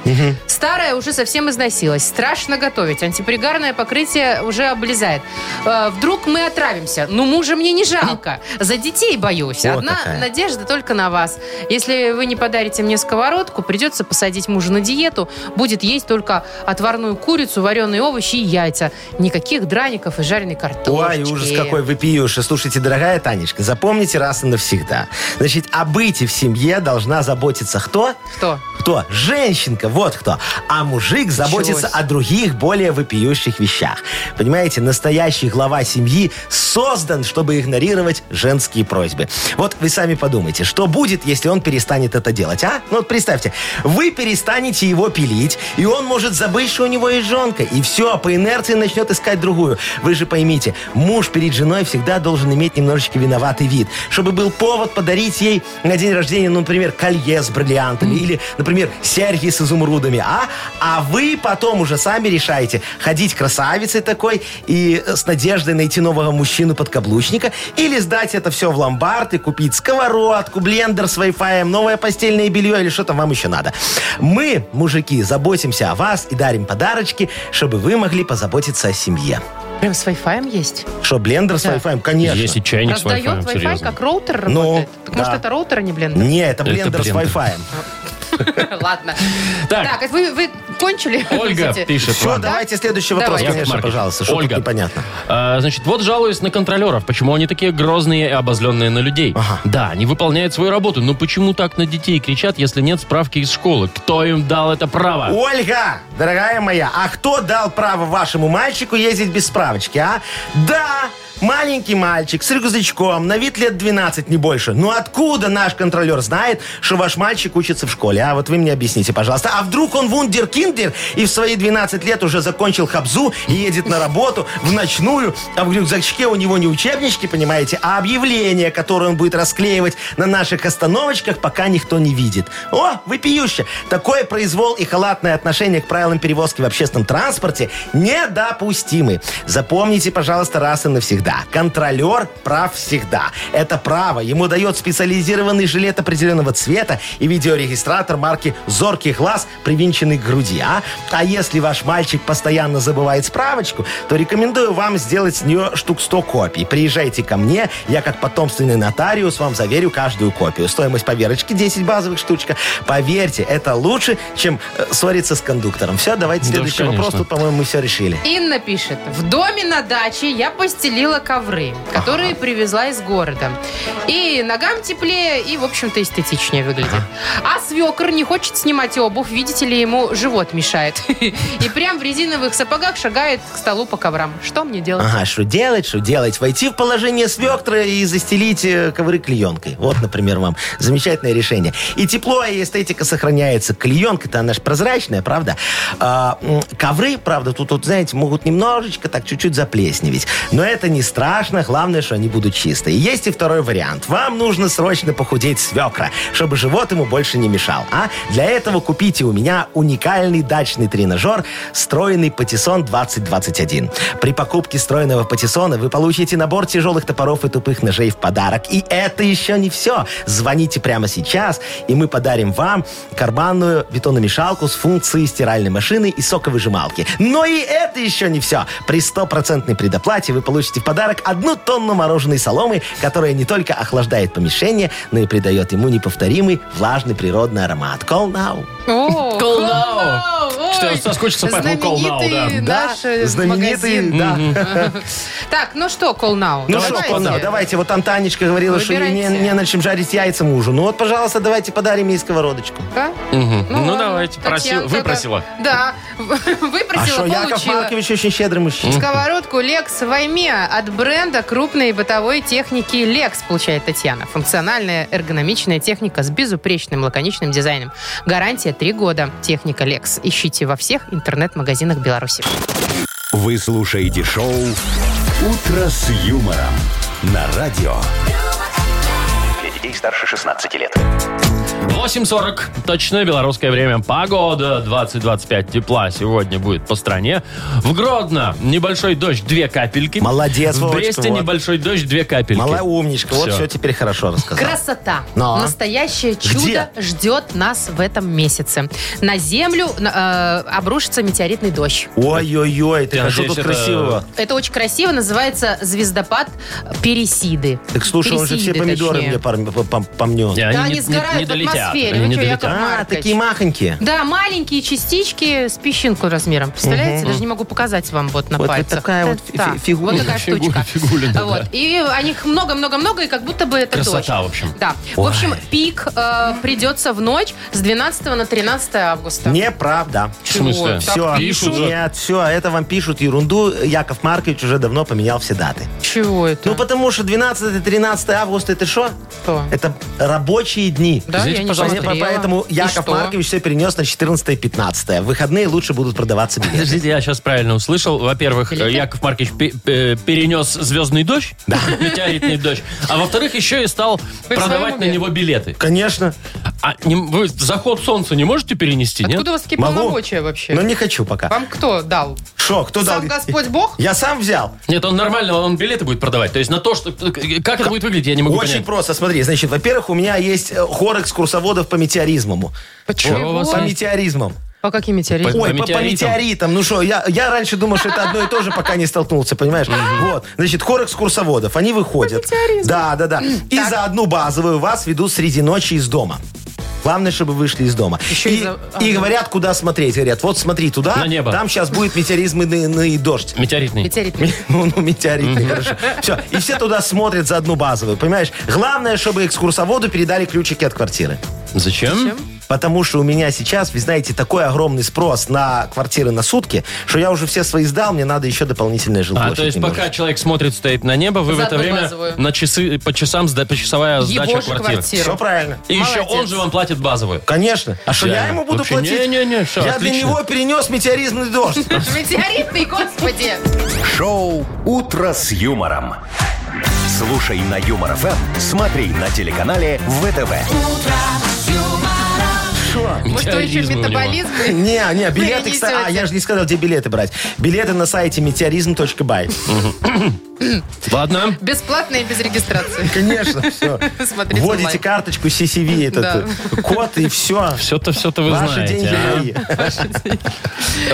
Speaker 2: Старая уже совсем износилась. Страшно готовить. Антипригарное покрытие уже облезает. Э, вдруг мы отравимся. Ну, мужа мне не жалко. За детей боюсь.
Speaker 3: Вот
Speaker 2: Одна
Speaker 3: какая.
Speaker 2: надежда только на вас. Если вы не подарите мне сковородку, придется посадить мужа на диету. Будет есть только отварную курицу, вареные овощи и яйца. Никаких драников и жареной картошечки.
Speaker 3: Ой, ужас какой выпиюши. Слушайте, дорогая Танечка, запомните раз и навсегда. Значит, о быте в семье должна заботиться кто?
Speaker 2: Кто?
Speaker 3: Кто? Женщинка, вот кто. А мужик заботится
Speaker 2: себе.
Speaker 3: о других, более вопиющих вещах. Понимаете, настоящий глава семьи создан, чтобы игнорировать женские просьбы. Вот вы сами подумайте, что будет, если он перестанет это делать, а? Ну вот представьте, вы перестанете его пилить, и он может забыть, что у него есть жонка, и все, по инерции начнет искать другую. Вы же поймите, муж перед женой всегда должен иметь немножечко виноватый вид, чтобы был повод подарить ей на день рождения, ну, например, колье с бриллиантами или, например, серьги с изумрудами, а? А вы потом уже сами решаете, ходить красавицей такой и э, с надеждой найти нового мужчину подкаблучника или сдать это все в ломбард и купить сковородку, блендер, тендер с Wi-Fi, новое постельное белье или что там вам еще надо. Мы, мужики, заботимся о вас и дарим подарочки, чтобы вы могли позаботиться о семье.
Speaker 2: Прям с Wi-Fi есть?
Speaker 3: Что, блендер с
Speaker 2: Да.
Speaker 3: Wi-Fi? Конечно.
Speaker 1: Есть и чайник с
Speaker 2: Раздает
Speaker 1: Wi-Fi,
Speaker 2: Wi-Fi,
Speaker 1: серьезно.
Speaker 2: как роутер
Speaker 3: Ну,
Speaker 2: работает? Так,
Speaker 3: да.
Speaker 2: Может, это роутер, а не блендер?
Speaker 3: Не,
Speaker 1: Это
Speaker 3: это блендер с
Speaker 1: блендер.
Speaker 3: Wi-Fi.
Speaker 2: Ладно.
Speaker 1: Так,
Speaker 2: Так, а вы, вы кончили?
Speaker 1: Ольга
Speaker 2: Простите.
Speaker 1: пишет
Speaker 3: Все,
Speaker 1: вам.
Speaker 3: давайте следующий вопрос,
Speaker 2: Давайте.
Speaker 1: Яков
Speaker 3: конечно,
Speaker 1: Маркович,
Speaker 3: пожалуйста. Что
Speaker 1: Ольга.
Speaker 3: тут непонятно?
Speaker 1: А, значит, вот жалуюсь на контролеров. Почему они такие грозные и обозленные на людей?
Speaker 3: Ага.
Speaker 1: Да, они выполняют свою работу, но почему так на детей кричат, если нет справки из школы? Кто им дал это право?
Speaker 3: Ольга, дорогая моя, а кто дал право вашему мальчику ездить без справочки, а? Да, маленький мальчик с рюкзачком, на вид лет 12, не больше. Но откуда наш контролер знает, что ваш мальчик учится в школе? А вот вы мне объясните, пожалуйста. А вдруг он вундеркиндер и в свои 12 лет уже закончил хабзу и едет на работу в ночную, а в рюкзачке у него не учебнички, понимаете, а объявления, которые он будет расклеивать на наших остановочках, пока никто не видит. О, вопиюще! Такой произвол и халатное отношение к правилам перевозки в общественном транспорте недопустимы. Запомните, пожалуйста, раз и навсегда. Контролер прав всегда. Это право. Ему дает специализированный жилет определенного цвета и видеорегистратор марки «Зоркий глаз», привинченный к груди. А? а если ваш мальчик постоянно забывает справочку, то рекомендую вам сделать с нее штук 100 копий. Приезжайте ко мне, я как потомственный нотариус вам заверю каждую копию. Стоимость поверочки 10 базовых штучка. Поверьте, это лучше, чем э, ссориться с кондуктором. Все, давайте
Speaker 1: Да
Speaker 3: следующий
Speaker 1: уж,
Speaker 3: вопрос.
Speaker 1: конечно.
Speaker 3: Тут, по-моему, мы все решили.
Speaker 2: Инна пишет. В доме на даче я постелила ковры, которые привезла из города. И ногам теплее, и, в общем-то, эстетичнее выглядит. А свекр не хочет снимать обувь, видите ли, ему живот мешает. И прям в резиновых сапогах шагает к столу по коврам. Что мне делать?
Speaker 3: Ага, что делать, что делать? Войти в положение свектра и застелить э, ковры клеенкой. Вот, например, вам замечательное решение. И тепло, и эстетика сохраняется. Клеенка-то она же прозрачная, правда? А, м, ковры, правда, тут, вот, знаете, могут немножечко так чуть-чуть заплесневеть. Но это не страшно, главное, что они будут чистые. Есть и второй вариант. Вам нужно срочно похудеть свекра, чтобы живот ему больше не мешал. А для этого купите у меня уникальный дачный тренажер «Стройный патиссон 2021». При покупке стройного патиссона вы получите набор тяжелых топоров и тупых ножей в подарок. И это еще не все. Звоните прямо сейчас, и мы подарим вам карманную бетономешалку с функцией стиральной машины и соковыжималки. Но и это еще не все. При стопроцентной предоплате вы получите в подарок одну тонну мороженой соломы, которая не только охлаждает помещение, но и придает ему неповторимый влажный природный аромат. Call now.
Speaker 2: О,
Speaker 1: Call now.
Speaker 2: Now,
Speaker 1: А. Что,
Speaker 2: ой,
Speaker 1: соскучился по этому Call Now, да.
Speaker 2: знаменитый
Speaker 3: Да,
Speaker 2: наш, э,
Speaker 3: знаменитый,
Speaker 2: магазин.
Speaker 3: да.
Speaker 2: Так, ну что, Call Now?
Speaker 3: Ну
Speaker 2: давайте.
Speaker 3: что, Коннор, давайте. Вот там Танечка говорила, что ей
Speaker 2: Выбирайте.
Speaker 3: не, не на чем жарить яйца мужу. Ну вот, пожалуйста, давайте подарим ей сковородочку.
Speaker 2: Да?
Speaker 1: Мгм. Ну,
Speaker 2: ладно,
Speaker 1: давайте,
Speaker 2: Татьяна
Speaker 1: просил-
Speaker 2: тогда-
Speaker 1: выпросила.
Speaker 2: Да,
Speaker 3: А что,
Speaker 2: выпросила,
Speaker 3: Яков
Speaker 2: получила.
Speaker 3: Маркович очень щедрый мужчина.
Speaker 2: Сковородку Lex Вайме от бренда крупной бытовой техники Lex получает Татьяна. Функциональная эргономичная техника с безупречным лаконичным дизайном. Гарантия 3 года. Техника Lex. Ищите во всех интернет-магазинах Беларуси.
Speaker 4: Вы слушаете шоу «Утро с юмором» на радио.
Speaker 5: Для детей старше 16 лет.
Speaker 1: 8.40. Точное белорусское время. Погода 20-25 тепла сегодня будет по стране. В Гродно небольшой дождь, две капельки.
Speaker 3: Молодец,
Speaker 1: В
Speaker 3: Вовочка,
Speaker 1: Бресте
Speaker 3: вот.
Speaker 1: небольшой дождь, две капельки.
Speaker 3: Мала умничка. Вот
Speaker 1: Всё.
Speaker 3: все теперь хорошо рассказал.
Speaker 2: Красота.
Speaker 3: Ну, а?
Speaker 2: Настоящее чудо ждет нас в этом месяце. На землю на- э, обрушится метеоритный дождь.
Speaker 3: Ой-ой-ой, ты
Speaker 1: Я
Speaker 3: а что
Speaker 1: надеюсь,
Speaker 3: тут
Speaker 1: это-
Speaker 3: красивого?
Speaker 2: Это очень красиво, называется звездопад Пересиды.
Speaker 3: Так слушай, он же все
Speaker 2: Пересиды,
Speaker 3: помидоры
Speaker 2: точнее.
Speaker 3: мне пом- пом- пом- помнет.
Speaker 1: Не,
Speaker 2: Да они сгорают в атмосфере.
Speaker 1: Они
Speaker 2: Вы
Speaker 1: не
Speaker 2: чё,
Speaker 1: долетят.
Speaker 2: Яков
Speaker 3: А,
Speaker 2: Маркович.
Speaker 3: такие махонькие.
Speaker 2: Да, маленькие частички с песчинку размером. Представляете? Даже не могу показать вам вот на
Speaker 3: Вот- вот
Speaker 2: пальцах.
Speaker 3: такая вот фи-
Speaker 2: Да,
Speaker 3: фи- фигуля.
Speaker 2: Вот такая
Speaker 1: Фигу-
Speaker 2: штучка.
Speaker 1: фигулина,
Speaker 2: Вот.
Speaker 1: да.
Speaker 2: И о них много-много-много, и как будто бы это
Speaker 1: Красота,
Speaker 2: дождь.
Speaker 1: в общем.
Speaker 2: Да. В
Speaker 3: Ой.
Speaker 2: общем, пик э, придется в ночь с 12 на 13 августа.
Speaker 3: Неправда.
Speaker 1: В смысле?
Speaker 2: Чего?
Speaker 3: Все,
Speaker 2: Так
Speaker 1: пишут же.
Speaker 3: нет, все, это вам пишут ерунду. Яков Маркович уже давно поменял все даты.
Speaker 2: Чего это?
Speaker 3: Ну, потому что 12-13 августа это что?
Speaker 2: Что?
Speaker 3: Это рабочие дни.
Speaker 2: Да,
Speaker 1: Извините,
Speaker 2: я не
Speaker 1: пожалуйста,
Speaker 3: Поня-
Speaker 2: смотрела.
Speaker 3: Поэтому
Speaker 2: И
Speaker 3: Яков
Speaker 2: что?
Speaker 3: Маркович все перенес на 14 и 15. В выходные лучше будут продаваться билеты.
Speaker 1: Подождите, я сейчас правильно услышал. Во-первых, э, Яков Маркович пе- э, перенес звездный дождь, метеоритный дождь, а во-вторых, еще и стал
Speaker 2: в
Speaker 1: продавать
Speaker 2: своем
Speaker 1: на
Speaker 2: уме?
Speaker 1: него билеты.
Speaker 3: Конечно.
Speaker 1: А не- вы заход солнца не можете перенести, нет?
Speaker 2: Откуда у вас такие
Speaker 3: Могу.
Speaker 2: полномочия вообще?
Speaker 3: Но не хочу пока.
Speaker 2: Вам кто дал?
Speaker 3: Шо, кто Ну, дал?
Speaker 2: Сам Господь Бог?
Speaker 3: Я сам взял.
Speaker 1: Нет, он нормально, он билеты будет продавать. То есть на то, что... Как это будет выглядеть, я не могу
Speaker 3: Очень
Speaker 1: понять.
Speaker 3: просто, смотри, значит, во-первых, у меня есть э, хор экскурсоводов по метеоризму.
Speaker 1: Чего у вас
Speaker 3: По
Speaker 1: там?
Speaker 3: метеоризмам.
Speaker 2: По каким метеоритам?
Speaker 1: По-
Speaker 3: Ой, по, по
Speaker 1: метеоритам?
Speaker 3: метеоритам. Ну что, я, я раньше думал, что это одно и то же, пока не столкнулся, понимаешь? Вот. Значит, хор экскурсоводов, они выходят. Да, да, да. И за одну базовую вас ведут среди ночи из дома. Главное, чтобы вышли из дома.
Speaker 2: Еще
Speaker 3: и,
Speaker 2: и за- а,
Speaker 3: и
Speaker 2: да.
Speaker 3: говорят, куда смотреть. Говорят, вот смотри туда,
Speaker 1: На небо.
Speaker 3: там сейчас будет метеоризмный дождь.
Speaker 1: Метеоритный.
Speaker 2: Метеоритами.
Speaker 3: Ну, ну, метеоритный, хорошо. Все. И все туда смотрят за одну базовую, понимаешь? Главное, чтобы экскурсоводу передали ключики от квартиры.
Speaker 1: Зачем?
Speaker 3: Потому что у меня сейчас, вы знаете, такой огромный спрос на квартиры на сутки, что я уже все свои сдал, мне надо еще дополнительная
Speaker 1: А,
Speaker 3: жилплощадь.
Speaker 1: то есть пока
Speaker 3: немножко.
Speaker 1: человек смотрит, стоит на небо, вы в
Speaker 2: За
Speaker 1: это
Speaker 2: одну
Speaker 1: время
Speaker 2: базовую.
Speaker 1: на часы, по часам, сда- почасовая
Speaker 2: Его
Speaker 1: сдача
Speaker 2: же
Speaker 1: квартиры.
Speaker 3: Все
Speaker 2: квартиру.
Speaker 3: правильно.
Speaker 1: И еще он
Speaker 2: Молодец.
Speaker 1: же вам платит базовую.
Speaker 3: Конечно. А что я
Speaker 1: Идеально.
Speaker 3: ему буду
Speaker 1: Вообще,
Speaker 3: платить?
Speaker 1: не-не-не, всё,
Speaker 3: я для
Speaker 1: отлично.
Speaker 3: него перенес метеоризмный дождь.
Speaker 2: Метеоритный, господи!
Speaker 4: Шоу «Утро с юмором». Слушай на Юмор ФМ, смотри на телеканале ВТВ.
Speaker 2: Мы что, еще
Speaker 1: Метеоризмы у него.
Speaker 2: метаболизм?
Speaker 3: Не, не, билеты,
Speaker 2: не
Speaker 3: кстати. А,
Speaker 2: несете.
Speaker 3: я же не сказал, где билеты брать. Билеты на сайте метеоризм.бай.
Speaker 1: Ладно.
Speaker 2: Бесплатно и без регистрации.
Speaker 3: Конечно, все.
Speaker 2: Смотрите
Speaker 3: Вводите
Speaker 2: онлайн.
Speaker 3: карточку CCV, этот э, код, и все.
Speaker 1: Все-то, все-то вы
Speaker 3: Ваши
Speaker 1: знаете.
Speaker 3: деньги
Speaker 1: а?
Speaker 3: мои.
Speaker 1: Э,
Speaker 2: Так,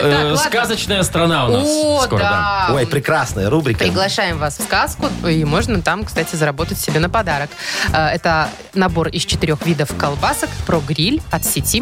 Speaker 2: ладно.
Speaker 1: Сказочная страна у нас
Speaker 2: О,
Speaker 1: скоро, да.
Speaker 2: да.
Speaker 3: Ой, прекрасная рубрика.
Speaker 2: Приглашаем вас в сказку, и можно там, кстати, заработать себе на подарок. Э, Это набор из четырех видов колбасок про гриль от сети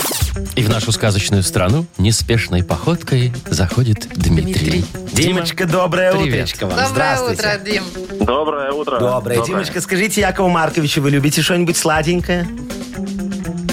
Speaker 1: И в нашу сказочную страну неспешной походкой заходит Дмитрий.
Speaker 3: Димочка, доброе
Speaker 1: привет.
Speaker 3: утречко вам.
Speaker 2: Доброе
Speaker 3: Здравствуйте.
Speaker 2: утро, Дим.
Speaker 6: Доброе утро.
Speaker 3: Доброе. Димочка, скажите, Якову Марковичу, вы любите что-нибудь сладенькое?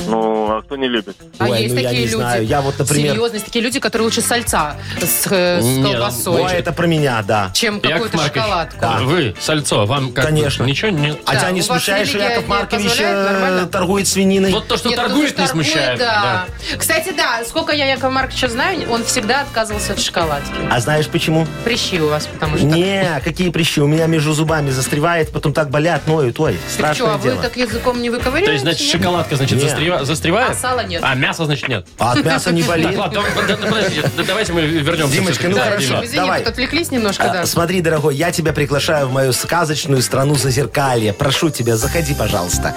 Speaker 6: Ну, а кто не любит?
Speaker 2: А
Speaker 3: Ой,
Speaker 2: есть
Speaker 3: ну я
Speaker 2: такие
Speaker 3: не
Speaker 2: люди.
Speaker 3: знаю. Я вот, например- ну,
Speaker 2: Серьезно, есть такие люди, которые лучше сальца с, э, с
Speaker 1: Не,
Speaker 3: Ой,
Speaker 2: колбасой,
Speaker 1: Ой,
Speaker 3: это про меня, да.
Speaker 2: чем
Speaker 1: Яков
Speaker 2: какую-то
Speaker 1: Маркович,
Speaker 2: шоколадку.
Speaker 3: Да.
Speaker 1: Вы, сальцо, вам как бы
Speaker 3: Конечно.
Speaker 1: ничего не...
Speaker 3: А
Speaker 2: Да,
Speaker 3: тебя не
Speaker 2: у вас
Speaker 3: смущает, что
Speaker 2: религия
Speaker 3: Яков
Speaker 2: не
Speaker 3: Маркович
Speaker 2: позволяет,
Speaker 3: э,
Speaker 2: нормально?
Speaker 3: торгует свининой?
Speaker 1: Вот то, что
Speaker 2: Нет, ну,
Speaker 1: торгует, не
Speaker 2: торгует,
Speaker 1: смущает.
Speaker 2: да.
Speaker 1: да.
Speaker 2: Кстати, да, сколько я Якова Марковича знаю, он всегда отказывался от шоколадки.
Speaker 3: А знаешь почему?
Speaker 2: Прыщи у вас, потому что...
Speaker 3: Не, какие прыщи. У меня между зубами застревает, потом так болят, ноют. Ой,
Speaker 2: Так что, а
Speaker 3: страшное
Speaker 2: вы
Speaker 3: дело.
Speaker 2: так языком не выковыриваете?
Speaker 1: То есть, значит,
Speaker 2: нет?
Speaker 1: шоколадка, значит,
Speaker 3: Нет.
Speaker 1: застрева- застревает?
Speaker 2: А сала нет.
Speaker 1: А мясо, значит, нет.
Speaker 3: А от мяса не
Speaker 1: Так,
Speaker 3: болит?
Speaker 1: ладно, да- да- подожди, да давайте мы вернемся.
Speaker 3: Димочка,
Speaker 1: всё-таки.
Speaker 3: ну
Speaker 1: Да,
Speaker 3: хорошо.
Speaker 1: Дима.
Speaker 2: Извини,
Speaker 3: давай.
Speaker 2: тут отвлеклись немножко,
Speaker 3: А,
Speaker 2: да.
Speaker 3: Смотри, дорогой, я тебя приглашаю в мою сказочную страну Зазеркалье. Прошу тебя, заходи, пожалуйста.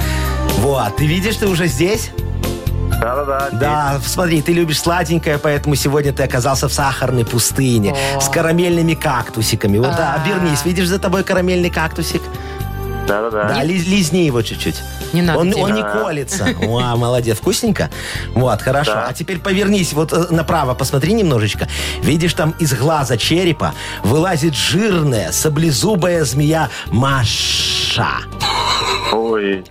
Speaker 3: Вот, ты видишь, ты уже здесь?
Speaker 8: Да-да-да.
Speaker 3: Да, смотри, ты любишь сладенькое, поэтому сегодня ты оказался в сахарной пустыне с карамельными кактусиками. Вот, да, обернись, видишь за тобой карамельный кактусик?
Speaker 8: Да-да-да.
Speaker 3: Да, ли- лизни его чуть-чуть.
Speaker 2: Не надо,
Speaker 3: Он,
Speaker 2: Дима.
Speaker 3: он не колется. О, молодец, вкусненько. Вот, хорошо. А теперь повернись вот э, направо, посмотри немножечко. Видишь, там из глаза черепа вылазит жирная, саблезубая змея Маша.
Speaker 8: Ой.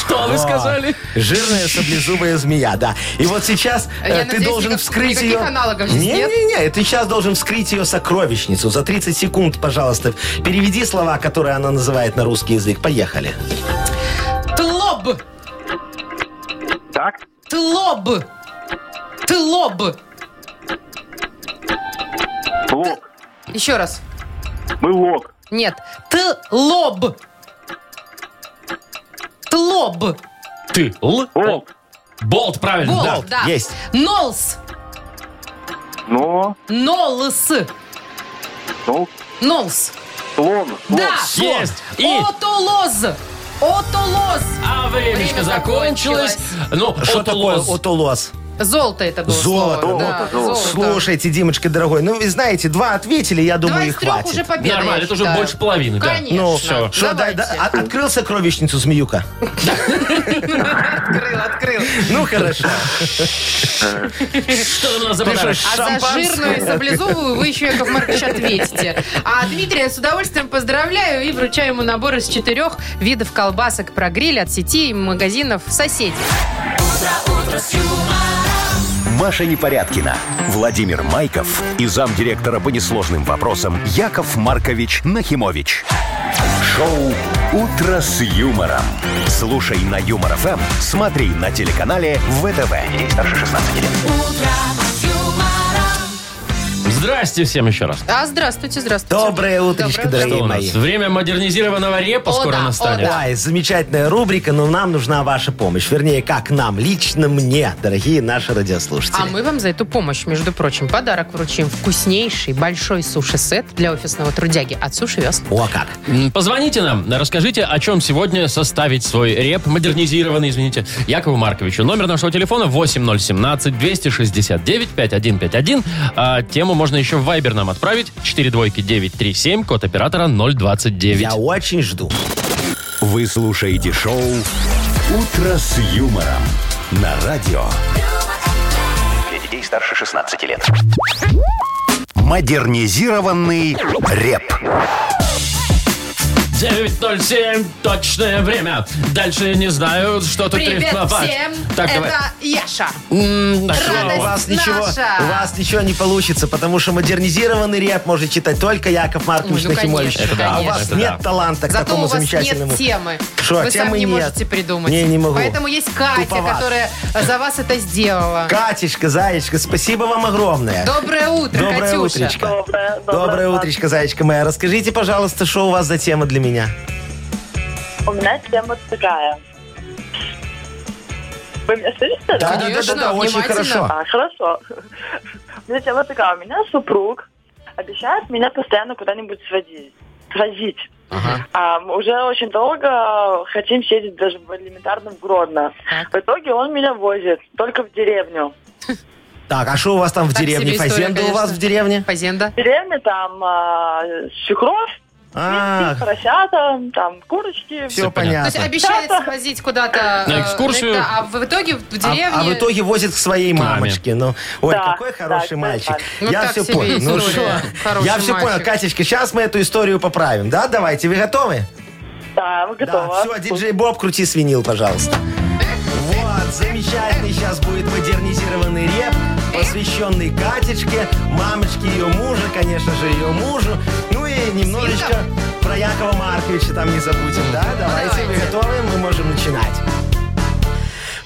Speaker 1: Что вы сказали?
Speaker 3: Жирная саблезубая змея, да. И вот сейчас э,
Speaker 2: Я
Speaker 3: ты
Speaker 2: надеюсь,
Speaker 3: должен
Speaker 2: никак-
Speaker 3: вскрыть
Speaker 2: никаких
Speaker 3: ее...
Speaker 2: аналогов здесь нет?
Speaker 3: Не-не-не, ты сейчас должен вскрыть ее сокровищницу. За 30 секунд, пожалуйста, переведи слова, которые она называет на русский язык. Поехали.
Speaker 2: Тлоб!
Speaker 8: Так?
Speaker 2: Тлоб! Тлоб!
Speaker 8: Лок.
Speaker 2: Еще раз.
Speaker 8: Мылок.
Speaker 2: Нет. Тлоб! Тлоб!
Speaker 1: Ты. Л.
Speaker 8: Волк.
Speaker 1: Болт, правильно.
Speaker 2: Болт,
Speaker 1: да.
Speaker 2: да.
Speaker 3: есть.
Speaker 2: Нолс!
Speaker 8: Но.
Speaker 2: Нолс!
Speaker 8: Нол.
Speaker 2: Нолс!
Speaker 8: Слон.
Speaker 2: Да!
Speaker 1: Слон. Есть. И-
Speaker 2: Отолоз! Отолоз!
Speaker 1: А времечко
Speaker 2: Время
Speaker 1: закончилось.
Speaker 2: закончилось.
Speaker 1: Ну,
Speaker 3: Что такое
Speaker 1: отолос.
Speaker 3: отолос?
Speaker 2: Золото это было
Speaker 3: Золото,
Speaker 2: слово, да,
Speaker 8: золото, золото.
Speaker 3: Слушайте, Димочка, дорогой, ну, вы знаете, два ответили, я
Speaker 2: Два
Speaker 3: думаю, и
Speaker 2: из трех
Speaker 3: хватит.
Speaker 2: уже победа,
Speaker 1: Нормально,
Speaker 2: я
Speaker 1: это уже
Speaker 2: считаю.
Speaker 1: больше половины, да.
Speaker 2: Конечно.
Speaker 3: Ну, Что, да,
Speaker 2: Давайте.
Speaker 3: да, а- открыл сокровищницу змеюка?
Speaker 2: Открыл, открыл.
Speaker 3: Ну, хорошо.
Speaker 1: Что там у нас за
Speaker 3: Ты
Speaker 1: подарок?
Speaker 3: что,
Speaker 2: А
Speaker 3: шампанское?
Speaker 2: за жирную и саблезубую вы еще, Яков Маркович, ответите. А Дмитрия с удовольствием поздравляю и вручаю ему набор из четырех видов колбасок про гриль от сети и магазинов «Соседи».
Speaker 4: Маша Непорядкина, Владимир Майков и замдиректора по несложным вопросам Яков Маркович Нахимович. Шоу «Утро с юмором». Слушай на Юмор ФМ, смотри на телеканале ВТВ. Ей старше 16 лет.
Speaker 1: Здрасте всем еще раз.
Speaker 2: А, здравствуйте, здравствуйте.
Speaker 3: Доброе утречко,
Speaker 2: Доброе
Speaker 3: дорогие
Speaker 1: Что у
Speaker 3: мои.
Speaker 1: нас? Время модернизированного репа
Speaker 2: О,
Speaker 1: скоро
Speaker 2: да, о,
Speaker 1: настанет.
Speaker 3: Да, и замечательная рубрика, но нам нужна ваша помощь. Вернее, как нам, лично мне, дорогие наши радиослушатели.
Speaker 2: А мы вам за эту помощь, между прочим, подарок вручим. Вкуснейший большой суши-сет для офисного трудяги от Суши Вест.
Speaker 3: О, как.
Speaker 1: М, Позвоните нам, расскажите, о чем сегодня составить свой реп, модернизированный, извините, Якову Марковичу. Номер нашего телефона 8017-269-5151. А тему можно еще в Viber нам отправить. 4 двойки 937, код оператора 029.
Speaker 3: Я очень жду.
Speaker 4: Вы слушаете шоу «Утро с юмором» на радио.
Speaker 5: Для детей старше 16 лет.
Speaker 4: Модернизированный реп.
Speaker 1: 9.07, точное время. Дальше не знаю, что тут рифмовать. Так, давай.
Speaker 2: Яша.
Speaker 1: М, так,
Speaker 3: У
Speaker 2: радость.
Speaker 1: ну,
Speaker 3: вас, ничего,
Speaker 2: наша.
Speaker 3: у вас ничего не получится, потому что модернизированный реп может читать только Яков Маркович
Speaker 2: Ой, ну,
Speaker 3: Нахимович.
Speaker 2: конечно, Это да,
Speaker 3: а у вас
Speaker 1: конечно,
Speaker 3: нет
Speaker 1: да.
Speaker 3: таланта к
Speaker 2: Зато у
Speaker 3: такому
Speaker 2: вас
Speaker 3: замечательному.
Speaker 2: нет темы.
Speaker 3: Шо, а
Speaker 2: Вы сами
Speaker 3: темы
Speaker 2: не
Speaker 3: нет.
Speaker 2: можете придумать.
Speaker 3: Не, не могу.
Speaker 2: Поэтому есть Катя,
Speaker 3: Туповат.
Speaker 2: которая за вас это сделала.
Speaker 3: Катечка, Заячка, спасибо вам огромное.
Speaker 2: Доброе утро,
Speaker 3: Доброе
Speaker 2: Катюша.
Speaker 3: утречко.
Speaker 7: Доброе, доброе
Speaker 3: Доброе
Speaker 7: утро.
Speaker 3: утречко, Заячка моя. Расскажите, пожалуйста, что у вас за тема для меня?
Speaker 7: У меня тема такая. Вы меня слышите?
Speaker 3: Да, да, да,
Speaker 2: Конечно,
Speaker 3: да, да, очень
Speaker 2: внимательно.
Speaker 3: хорошо.
Speaker 7: А, хорошо. У меня тема такая. У меня супруг обещает меня постоянно куда-нибудь сводить. Возить. А, мы уже очень долго хотим съездить даже в элементарном Гродно.
Speaker 2: Так.
Speaker 7: В итоге он меня возит только в деревню.
Speaker 3: Так, а что у вас там в
Speaker 2: Так
Speaker 3: деревне?
Speaker 2: себе история,
Speaker 3: Фазенда у вас
Speaker 2: конечно.
Speaker 3: в деревне?
Speaker 2: Фазенда.
Speaker 7: В деревне там а, свекровь,
Speaker 3: А,
Speaker 7: поросята, там курочки.
Speaker 3: все
Speaker 1: понятно.
Speaker 2: То есть
Speaker 3: понятно.
Speaker 2: обещает свозить куда-то
Speaker 1: На
Speaker 2: э,
Speaker 1: экскурсию?
Speaker 2: да, а в итоге в
Speaker 3: А-
Speaker 2: деревне...
Speaker 3: А, в итоге возит к своей
Speaker 1: маме.
Speaker 3: мамочке. Ну, ой,
Speaker 7: Да,
Speaker 3: какой хороший
Speaker 7: да,
Speaker 3: мальчик.
Speaker 7: да,
Speaker 2: да. Ну,
Speaker 3: Я
Speaker 2: так
Speaker 3: все
Speaker 2: себе
Speaker 3: понял. Ну
Speaker 2: история.
Speaker 3: что?
Speaker 2: Хороший
Speaker 3: Я все понял,
Speaker 2: мальчик.
Speaker 3: Катечка, сейчас мы эту историю поправим. Да, давайте, вы готовы?
Speaker 7: Да, вы готовы.
Speaker 3: все, диджей Боб, крути свинил, пожалуйста. Вот, замечательный сейчас будет модернизированный реп, посвященный Катечке, мамочке ее мужа, конечно же, ее мужу. Ну и немножечко про Якова Марковича там не забудем, да? Давайте, вы готовы? Мы можем начинать.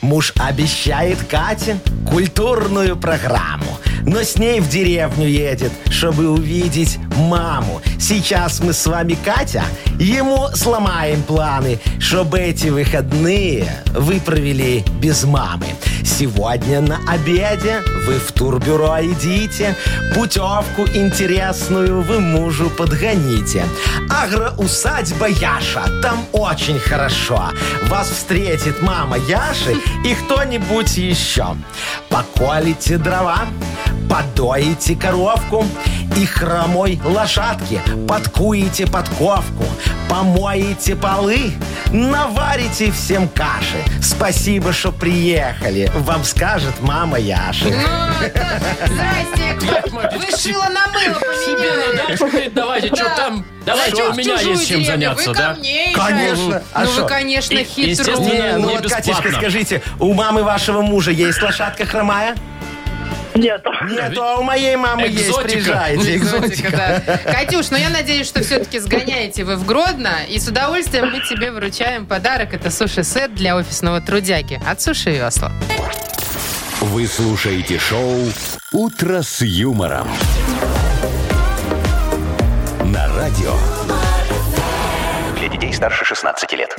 Speaker 3: Муж обещает Кате культурную программу, но с ней в деревню едет, чтобы увидеть маму. Сейчас мы с вами, Катя, ему сломаем планы, чтобы эти выходные вы провели без мамы. Сегодня на обеде вы в турбюро идите, путевку интересную вы мужу подгоните. Агроусадьба Яша, там очень хорошо. Вас встретит мама Яши и кто-нибудь еще. Поколите дрова, подоите коровку и хромой лошадке подкуете подковку, помоете полы, наварите всем каши. Спасибо, что приехали, вам скажет мама Яши.
Speaker 2: Ну, это- Здрасте,
Speaker 1: Яков Маркович,
Speaker 2: вы шило на мыло
Speaker 1: Тебе
Speaker 2: поменяли.
Speaker 1: на дачу, говорит, давайте, что
Speaker 2: Да.
Speaker 1: там, давайте,
Speaker 2: Зачем
Speaker 1: у
Speaker 2: в
Speaker 1: меня
Speaker 2: чужую
Speaker 1: есть чем
Speaker 2: деревню?
Speaker 1: заняться,
Speaker 2: Вы
Speaker 1: да?
Speaker 2: ко мне
Speaker 3: Конечно.
Speaker 2: езжайте.
Speaker 3: А
Speaker 2: ну вы,
Speaker 3: шо?
Speaker 2: конечно,
Speaker 1: И-
Speaker 2: хитрый.
Speaker 1: естественно,
Speaker 3: Не, ну
Speaker 1: не
Speaker 3: вот,
Speaker 1: бесплатно.
Speaker 3: Катечка, скажите, у мамы вашего мужа есть лошадка хромая?
Speaker 7: Нет.
Speaker 3: Нет, а у моей мамы
Speaker 1: Экзотика.
Speaker 3: есть, приезжайте, экзотика.
Speaker 2: Катюш, ну я надеюсь, что все-таки сгоняете вы в Гродно, и с удовольствием мы тебе вручаем подарок. Это суши-сет для офисного трудяги от Суши Весла.
Speaker 4: Вы слушаете шоу «Утро с юмором». На радио.
Speaker 5: Для детей старше 16 лет.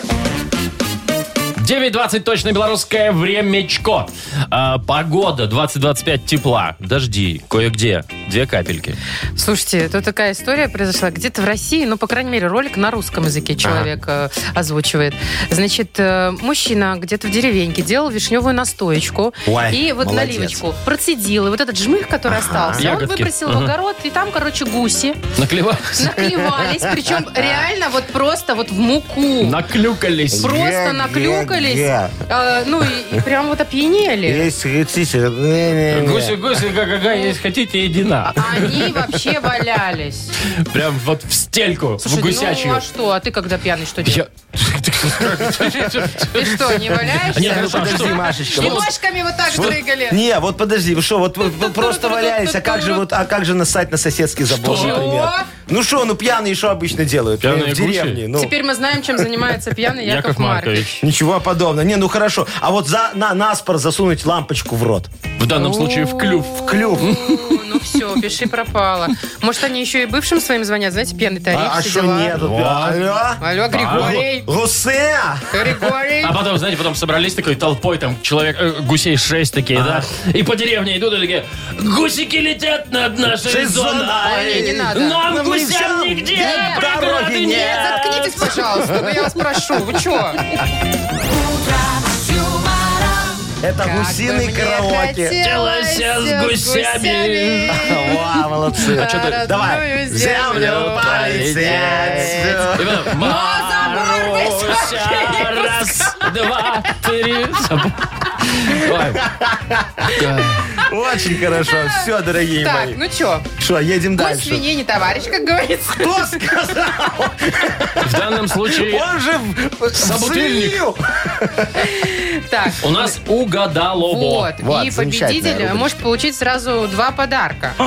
Speaker 1: 9.20 точно белорусское времечко. А, погода 20-25 тепла. Дожди кое-где. Две капельки.
Speaker 2: Слушайте, тут такая история произошла. Где-то в России, ну, по крайней мере, ролик на русском языке человек э, озвучивает. Значит, э, мужчина где-то в деревеньке делал вишневую настоечку
Speaker 3: Ой,
Speaker 2: и вот
Speaker 3: молодец.
Speaker 2: наливочку процедил. И вот этот жмых, который остался,
Speaker 1: Ягодки.
Speaker 2: он выбросил в
Speaker 1: Ага.
Speaker 2: огород, и там, короче, гуси
Speaker 1: Наклевались.
Speaker 2: наклевались. Причем реально вот просто вот в муку.
Speaker 1: Наклюкались.
Speaker 2: Просто
Speaker 3: Ге-ге-ге.
Speaker 2: наклюкались. э, ну, и, и прям вот опьянели.
Speaker 3: Есть рецессия. Не-не-не.
Speaker 1: Гуси, гуси, га-га-га, если хотите, иди Точно.
Speaker 2: Они вообще валялись.
Speaker 1: Прям вот в стельку, в
Speaker 2: Слушай,
Speaker 1: гусячью.
Speaker 2: ну а что? А ты когда пьяный что делаешь?
Speaker 1: Я-
Speaker 2: Ты что, не валяешься?
Speaker 1: Нет, ну, а
Speaker 3: Подожди,
Speaker 1: что?
Speaker 3: Машечка.
Speaker 2: И
Speaker 3: вот-
Speaker 2: ножками вот так
Speaker 3: вот-
Speaker 2: дрыгали.
Speaker 3: Не, вот подожди, вы что, вот вы- вы просто валялись, а как же вот, а как же насать на соседский забор,
Speaker 1: Что?
Speaker 3: например?
Speaker 2: Чего?
Speaker 3: Ну что, ну пьяные что обычно делают?
Speaker 1: Пьяные
Speaker 3: в деревне, ну.
Speaker 2: Теперь мы знаем, чем занимается пьяный
Speaker 1: Яков
Speaker 2: Яков Маркович.
Speaker 1: Маркович.
Speaker 3: Ничего подобного. Не, ну хорошо. А вот за на наспор засунуть лампочку в рот.
Speaker 1: В данном случае в клюв.
Speaker 3: В клюв.
Speaker 2: О, Ну все, пиши пропало. Может, они еще и бывшим своим звонят, знаете, пьяный тариф,
Speaker 3: А
Speaker 2: все
Speaker 3: что
Speaker 2: дела.
Speaker 3: нет? Алло?
Speaker 2: Алло, Григорий,
Speaker 3: Гусе!
Speaker 2: Григорий.
Speaker 1: А потом, знаете, потом собрались такой толпой, там, человек, э, гусей шесть такие, да, и по деревне идут и такие, гусики летят над нашей
Speaker 3: Шесть зон.
Speaker 1: зоной.
Speaker 2: Ой, не надо.
Speaker 1: Нам,
Speaker 3: Нам
Speaker 1: гусям,
Speaker 3: гусям
Speaker 1: нигде
Speaker 3: нет
Speaker 1: преграды
Speaker 3: дороги,
Speaker 1: нет.
Speaker 3: нет.
Speaker 2: Заткнитесь, пожалуйста, ну я вас прошу, вы чё?
Speaker 3: Это
Speaker 2: Как бы
Speaker 3: гусиный
Speaker 2: мне
Speaker 3: караоке.
Speaker 2: хотелось
Speaker 1: Хотелось с гусями.
Speaker 3: Ва, молодцы.
Speaker 1: А чё ты-
Speaker 3: Давай.
Speaker 2: Родную землю
Speaker 3: Землю полететь.
Speaker 1: И потом,
Speaker 2: забор
Speaker 1: Маруся, раз, два, три. забор. Ой,
Speaker 3: Очень хорошо. Все, дорогие
Speaker 2: Так,
Speaker 3: мои.
Speaker 2: ну чё,
Speaker 3: Что, едем
Speaker 2: пусть
Speaker 3: дальше.
Speaker 2: свиньи не товарищ, как говорится.
Speaker 3: Кто сказал?
Speaker 1: В данном случае
Speaker 3: Он же в- в
Speaker 1: Собутыльник.
Speaker 3: свинью.
Speaker 2: Так,
Speaker 1: у нас угадалово.
Speaker 2: Вот.
Speaker 3: Вот,
Speaker 2: и
Speaker 3: замечательная
Speaker 2: победитель
Speaker 3: рубрика.
Speaker 2: может получить сразу два подарка.
Speaker 3: А!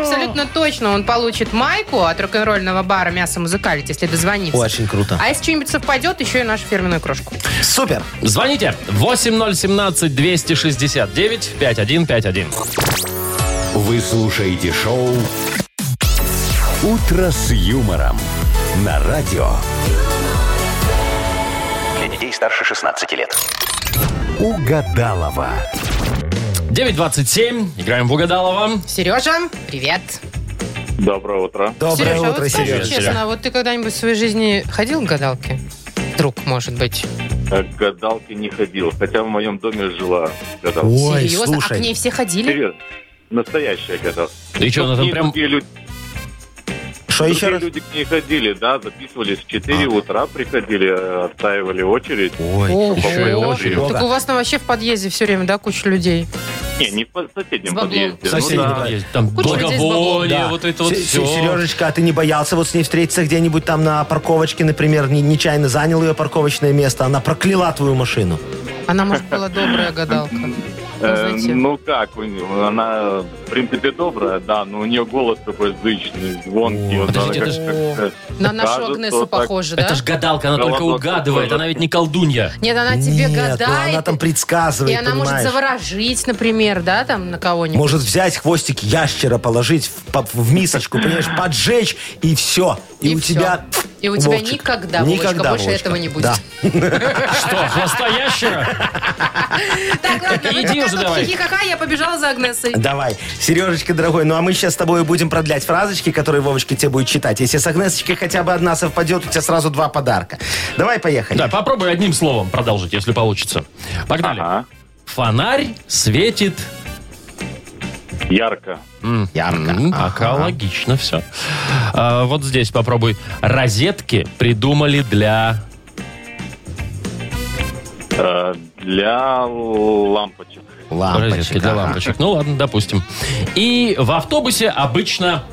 Speaker 2: Абсолютно точно он получит майку от рок-н-ролльного бара «Мясо Музыкалити», если дозвонится.
Speaker 3: Очень круто.
Speaker 2: А если что-нибудь совпадет, еще и нашу фирменную кружку.
Speaker 3: Супер.
Speaker 1: Звоните 8017-269-5151.
Speaker 4: Вы слушаете шоу «Утро с юмором» на радио.
Speaker 5: Для детей старше 16 лет.
Speaker 4: Угадалова.
Speaker 1: 927. Играем в угадалово.
Speaker 2: Сережа, привет.
Speaker 6: Доброе утро.
Speaker 3: Доброе
Speaker 2: Сережа, а
Speaker 3: утро,
Speaker 2: вот скажи
Speaker 3: Сережа.
Speaker 1: Сережа.
Speaker 2: честно, а вот ты когда-нибудь в своей жизни ходил к гадалке? Вдруг, может быть.
Speaker 6: Э, К гадалке не ходил, хотя в моем доме жила гадалка.
Speaker 3: Ой,
Speaker 2: Серьезно? А к ней
Speaker 3: слушай.
Speaker 2: все ходили?
Speaker 6: Серьезно. Настоящая гадалка.
Speaker 1: И что, она там
Speaker 6: И
Speaker 1: прям...
Speaker 6: другие люди,
Speaker 3: Что еще
Speaker 6: другие
Speaker 3: А раз?
Speaker 6: люди к ней ходили, да, записывались в
Speaker 1: А.
Speaker 6: 4 утра, приходили, э, отстаивали очередь.
Speaker 3: Ой.
Speaker 2: Ого.
Speaker 1: Еще и очередь.
Speaker 2: Так
Speaker 3: Много.
Speaker 2: у вас там вообще в подъезде все время, да, куча людей?
Speaker 6: Не, не в по- соседнем
Speaker 2: С баблом.
Speaker 6: подъезде.
Speaker 3: В соседнем,
Speaker 6: ну, да.
Speaker 3: да.
Speaker 1: Есть Там
Speaker 2: Куча людей с баблом.
Speaker 1: благовоние,
Speaker 3: Да.
Speaker 1: вот это вот
Speaker 3: Се-
Speaker 1: все.
Speaker 3: Се- Сережечка, а ты не боялся вот с ней встретиться где-нибудь там на парковочке, например, не- нечаянно занял ее парковочное место, она прокляла твою машину.
Speaker 2: Она, может, была добрая гадалка.
Speaker 6: Э,
Speaker 2: знаете.
Speaker 6: ну как, у неё- она в принципе добрая, да, но у нее голос такой зычный, звонкий. вот она
Speaker 1: Подождите,
Speaker 6: как-
Speaker 1: это ж-
Speaker 6: как-то
Speaker 2: На нашу
Speaker 6: кажется,
Speaker 2: Агнесу
Speaker 6: так.
Speaker 2: похоже, да?
Speaker 1: Это ж гадалка, она только
Speaker 6: Голодок
Speaker 1: угадывает,
Speaker 6: тоже.
Speaker 1: она ведь не колдунья.
Speaker 2: Нет, она тебе
Speaker 3: Нет, ну
Speaker 2: гадает.
Speaker 3: она там
Speaker 2: и
Speaker 3: предсказывает,
Speaker 2: она может
Speaker 3: понимаешь?
Speaker 2: заворожить, например, да, там на кого-нибудь.
Speaker 3: Может взять хвостик ящера, положить в, по- в мисочку, понимаешь, поджечь, и все. И,
Speaker 2: И
Speaker 3: у
Speaker 2: всё.
Speaker 3: тебя...
Speaker 2: И у тебя
Speaker 3: Вовчик,
Speaker 2: никогда, Вовочка, больше
Speaker 3: Вовочка.
Speaker 2: этого не будет.
Speaker 3: Да.
Speaker 1: Что, хвоста ящера?
Speaker 2: Так, ладно, вы
Speaker 1: Иди
Speaker 2: пока
Speaker 1: уже
Speaker 2: тут
Speaker 1: давай.
Speaker 2: хихихаха, я побежала за Агнесой.
Speaker 3: Давай. Сережечка, дорогой, ну а мы сейчас с тобой будем продлять фразочки, которые Вовочка тебе будет читать. Если с Агнесочкой хотя бы одна совпадет, у тебя сразу два подарка. Давай, поехали.
Speaker 1: Да, попробуй одним словом продолжить, если получится. Погнали.
Speaker 6: Ага,
Speaker 1: Фонарь светит...
Speaker 6: ярко.
Speaker 3: Ярко.
Speaker 1: М, Пока логично все. вот здесь попробуй. Розетки придумали для...
Speaker 6: Э, Для лампочек.
Speaker 3: Лампочка.
Speaker 1: Розетки для
Speaker 3: ага.
Speaker 1: лампочек. Ну ладно, допустим. И в автобусе обычно...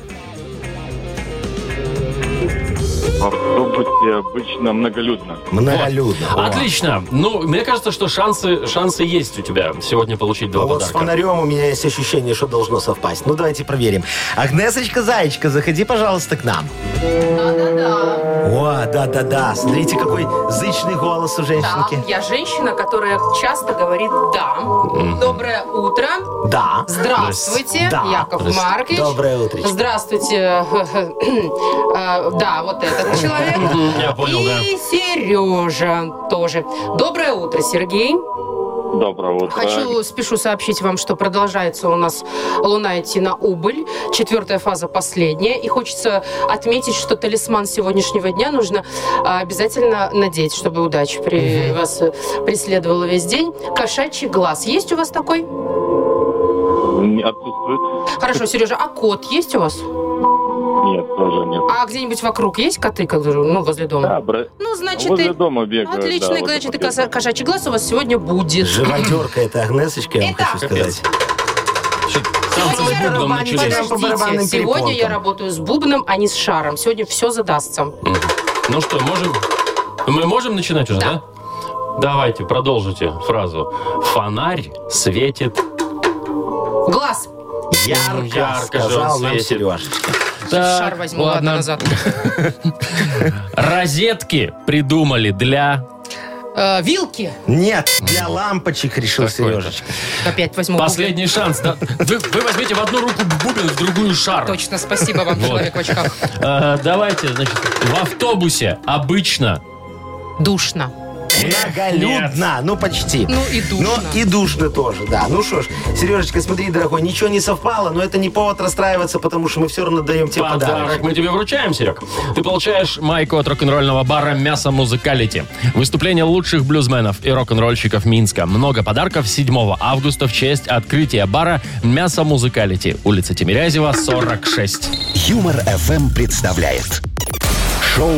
Speaker 6: В автобусе обычно многолюдно.
Speaker 3: Многолюдно. О.
Speaker 1: Отлично. Ну, мне кажется, что шансы, шансы есть у тебя сегодня получить
Speaker 3: А
Speaker 1: два
Speaker 3: Вот с
Speaker 1: подарка.
Speaker 3: фонарем у меня есть ощущение, что должно совпасть. Ну, давайте проверим. Агнесочка, зайчка, заходи, пожалуйста, к нам. Да-да-да. О, да-да-да. Смотрите, какой зычный голос у женщинки.
Speaker 2: я женщина, которая часто говорит «да». Доброе утро.
Speaker 3: Да.
Speaker 2: Здравствуйте,
Speaker 3: Да.
Speaker 2: Яков
Speaker 1: Здрасте.
Speaker 2: Маркович.
Speaker 3: Доброе утречко.
Speaker 2: Здравствуйте. Э, Да, вот этот человек.
Speaker 1: Я понял, да.
Speaker 2: И Сережа тоже. Доброе утро, Сергей.
Speaker 6: Доброе утро.
Speaker 2: Хочу, спешу сообщить вам, что продолжается у нас луна идти на убыль. Четвертая фаза последняя. И хочется отметить, что талисман сегодняшнего дня нужно а, обязательно надеть, чтобы удача при вас э, преследовала весь день. Кошачий глаз. Есть у вас такой?
Speaker 6: Не Отсутствует?
Speaker 2: Хорошо, Сережа, а кот есть у вас?
Speaker 6: Нет, тоже нет.
Speaker 2: А где-нибудь вокруг есть коты, которые, ну, возле дома?
Speaker 6: Да, бра-
Speaker 2: Ну, значит,
Speaker 6: возле
Speaker 2: и-
Speaker 6: дома бегаю.
Speaker 2: Отлично,
Speaker 6: да, вот
Speaker 2: значит, и
Speaker 6: это
Speaker 2: коса- кошачий глаз у вас сегодня будет.
Speaker 3: Живодерка это Агнесочка, я вам
Speaker 2: Итак.
Speaker 3: хочу сказать.
Speaker 1: Что-то Танцы с бубном начались.
Speaker 3: Прям по барабанным
Speaker 2: Подождите, сегодня я
Speaker 3: перепонкам.
Speaker 2: работаю с бубном, а не с шаром. Сегодня все задастся.
Speaker 1: Ну что, можем? Мы можем начинать уже, да?
Speaker 2: Да.
Speaker 1: Давайте, продолжите фразу. Фонарь светит
Speaker 2: Глаз.
Speaker 3: Ярко,
Speaker 1: Ярко же он
Speaker 3: сказал нам
Speaker 1: светит.
Speaker 3: Сережечка.
Speaker 1: Так,
Speaker 2: Шар возьму, ладно, назад.
Speaker 1: Розетки придумали для...
Speaker 2: Э, вилки.
Speaker 3: Нет, для лампочек решил
Speaker 1: Какой-то.
Speaker 3: Сережечка.
Speaker 2: Опять возьму.
Speaker 1: Последний шанс, да? Вы, вы возьмите в одну руку бубен, в другую шар.
Speaker 2: бубен. Точно, спасибо вам,
Speaker 1: Вот.
Speaker 2: человек в очках.
Speaker 1: Э, давайте, значит, в автобусе обычно...
Speaker 2: Душно.
Speaker 3: Многолюдно, ну почти.
Speaker 2: Ну и
Speaker 3: Ну
Speaker 2: душно.
Speaker 3: и душно тоже, да. Ну что ж, Сережечка, смотри, дорогой, ничего не совпало, но это не повод расстраиваться, потому что мы все равно даем тебе
Speaker 1: Типа, Подарок
Speaker 3: подарок.
Speaker 1: мы тебе вручаем, Серег. Ты получаешь майку от рок-н-ролльного бара «Мясо Музыкалити». Выступление лучших блюзменов и рок-н-ролльщиков Минска. Много подарков 7 августа в честь открытия бара «Мясо Музыкалити». Улица Тимирязева, 46.
Speaker 4: Юмор FM представляет шоу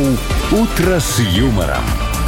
Speaker 4: Утро с юмором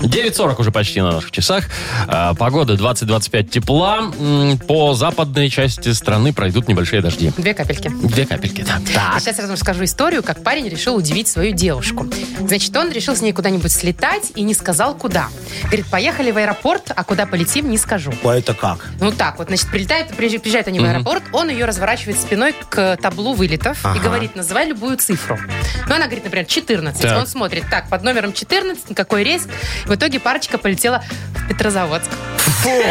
Speaker 1: 9.40 уже почти на наших часах. А, Погода 20-25 тепла. М, По западной части страны пройдут небольшие дожди.
Speaker 2: Две капельки.
Speaker 1: Две капельки, да.
Speaker 2: А сейчас я вам расскажу историю, как парень решил удивить свою девушку. Значит, он решил с ней куда-нибудь слетать и не сказал, куда. Говорит, поехали в аэропорт, а куда полетим, не скажу.
Speaker 3: Ой, А это как?
Speaker 2: Ну так, вот, значит, прилетают, приезж- приезжают они в аэропорт, он ее разворачивает спиной к таблу вылетов и говорит, называй любую цифру. Ну, она говорит, например, 14.
Speaker 1: Так.
Speaker 2: Он смотрит, так, под номером 14, на какой рейс. В итоге парочка полетела в Петрозаводск.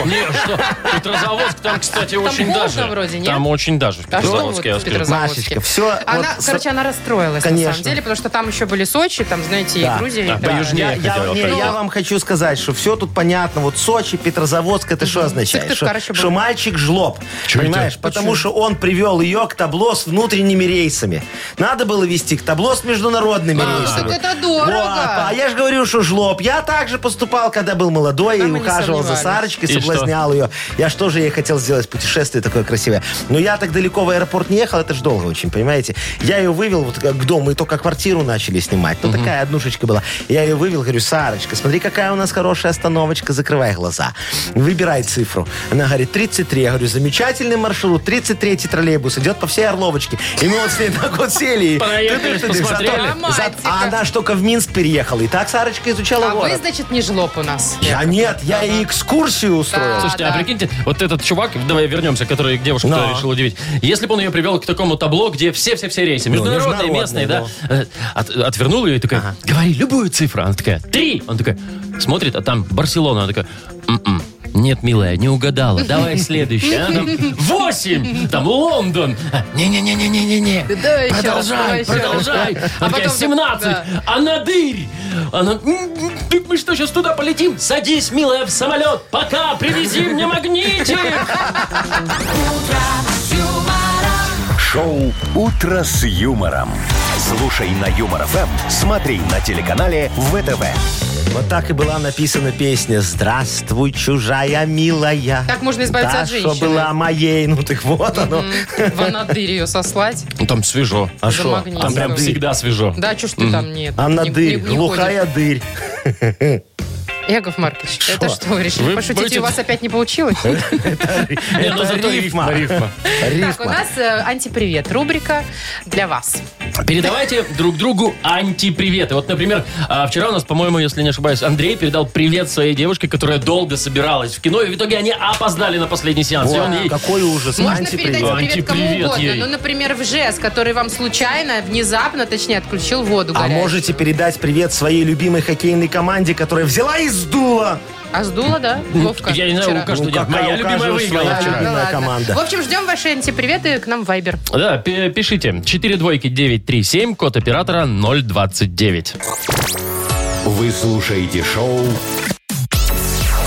Speaker 1: Не, что? Петрозаводск там, кстати,
Speaker 2: Там
Speaker 1: очень
Speaker 2: холодно
Speaker 1: даже.
Speaker 2: вроде, нет?
Speaker 1: Там очень даже, в
Speaker 2: А что вот
Speaker 1: Петрозаводске. я
Speaker 2: в
Speaker 1: скажу.
Speaker 2: Петрозаводске?
Speaker 3: Машечка, всё,
Speaker 2: Она,
Speaker 3: вот с-
Speaker 2: конечно, она расстроилась на самом
Speaker 3: Конечно.
Speaker 2: деле, потому что там еще были Сочи, там, знаете, и
Speaker 3: Да.
Speaker 2: Грузия.
Speaker 1: Да,
Speaker 2: и-
Speaker 1: поюж- Южнее
Speaker 3: я, я-
Speaker 1: хотела
Speaker 3: не,
Speaker 1: так.
Speaker 3: я вам хочу сказать, что все тут понятно. Вот Сочи, Петрозаводск, это что означает?
Speaker 2: Сыктывкар
Speaker 3: Что,
Speaker 2: еще был.
Speaker 3: что мальчик жлоб.
Speaker 1: Чё это?
Speaker 3: понимаешь? Потому что он привел ее к табло с внутренними рейсами. Надо было вести к табло с международными
Speaker 2: А,
Speaker 3: рейсами.
Speaker 2: так это дорого.
Speaker 3: Вот, а я же говорю, что жлоб. Я также поступал, когда был молодой
Speaker 2: Да,
Speaker 3: и
Speaker 2: мы не
Speaker 3: ухаживал за
Speaker 2: сомневались.
Speaker 3: Сарочкой,
Speaker 1: И
Speaker 3: соблазнял ее. Я же тоже ей хотел сделать путешествие такое красивое. Но я так далеко в аэропорт не ехал, это же долго очень, понимаете? Я ее вывел вот к дому, и только квартиру начали снимать. Ну, такая однушечка была. Я ее вывел, говорю, Сарочка, смотри, какая у нас хорошая остановочка, закрывай глаза. Выбирай цифру. Она говорит, 33. Я говорю, замечательный маршрут, 33-й троллейбус идет по всей Орловочке. И мы вот с ней так вот сели. и
Speaker 1: Проехались,
Speaker 3: тыдык-тыдык. Зато-
Speaker 1: посмотрели.
Speaker 3: зато- А она ж только в Минск переехала. И так Сарочка изучала
Speaker 2: А вы,
Speaker 3: город.
Speaker 2: значит, не жлоб у нас.
Speaker 3: Я нет, я и экскурсию устроил.
Speaker 2: Да.
Speaker 1: Слушайте, а прикиньте, вот этот чувак, давай вернемся, который девушку
Speaker 3: Но.
Speaker 1: решил удивить. Если бы он ее привел к такому табло, где все-все-все рейсы, международные, местные,
Speaker 3: международные,
Speaker 1: да, э, от- отвернул ее и такая, говори любую цифру. Она такая, три. Он такой, смотрит, а там Барселона. Она такая, «М-м, нет, милая, не угадала. Давай следующая. Она там, Восемь! Там Лондон. А, Не-не-не-не-не-не-не.
Speaker 2: Да, еще раз, давай
Speaker 1: Продолжай,
Speaker 2: еще раз.
Speaker 1: продолжай. Она
Speaker 2: А
Speaker 1: такая,
Speaker 2: потом-
Speaker 1: 17.
Speaker 2: да.
Speaker 1: Анадырь! Она... «М, м, так Мы что, сейчас туда полетим? Садись, милая, в самолет! Пока! Привези мне магнитик!
Speaker 9: а
Speaker 4: Шоу Утро с юмором. Слушай на Юмор ФМ, смотри на телеканале ВТВ.
Speaker 3: Вот так и была написана песня «Здравствуй, чужая милая».
Speaker 2: Так можно избавиться
Speaker 3: Да,
Speaker 2: от
Speaker 3: что
Speaker 2: женщины.
Speaker 3: была моей. Ну так вот оно.
Speaker 2: В Анадырь ее сослать.
Speaker 1: Ну, Там свежо.
Speaker 3: А
Speaker 2: За
Speaker 3: шо?
Speaker 2: магнитом.
Speaker 1: Там прям
Speaker 3: Анадырь.
Speaker 1: всегда свежо.
Speaker 2: Да, что ж ты там нет? не-
Speaker 3: Анадырь,
Speaker 2: не- не
Speaker 3: глухая дырь.
Speaker 2: ходишь. Яков Маркович, это что, вы решили
Speaker 1: Вы
Speaker 2: пошутить, и
Speaker 1: будете-
Speaker 2: у вас опять не получилось?
Speaker 1: Не, ну
Speaker 3: Это
Speaker 1: зато
Speaker 3: рифма.
Speaker 1: рифма.
Speaker 2: Так, у
Speaker 3: Рифма.
Speaker 2: нас э, антипривет, рубрика для вас.
Speaker 1: Передавайте друг другу антиприветы. Вот, например, а, вчера у нас, по-моему, если не ошибаюсь, Андрей передал привет своей девушке, которая долго собиралась в кино, и в итоге они опоздали на последний сеанс. И он
Speaker 3: Вот,
Speaker 1: ей-
Speaker 3: Какой ужас.
Speaker 2: Можно передать
Speaker 3: Антипривет.
Speaker 2: привет кому
Speaker 1: Антипривет
Speaker 2: угодно.
Speaker 1: ей.
Speaker 2: Ну, например, в ЖЭС, который вам случайно, внезапно, точнее, отключил воду
Speaker 3: А
Speaker 2: горячую.
Speaker 3: можете передать привет своей любимой хоккейной команде, которая взяла и сдула.
Speaker 2: А сдуло, да? Вовка
Speaker 1: Я не знаю,
Speaker 2: вчера.
Speaker 1: у каждого
Speaker 3: Ну,
Speaker 1: дела.
Speaker 3: как-
Speaker 1: Моя
Speaker 3: у
Speaker 1: любимая
Speaker 3: каждого
Speaker 1: выиграла
Speaker 3: своя.
Speaker 1: вчера.
Speaker 3: любимая команда.
Speaker 2: В общем, ждем ваши антиприветы к нам в Viber.
Speaker 1: Да, пи- пишите. 4 двойки 937, код оператора 029.
Speaker 4: Вы слушаете шоу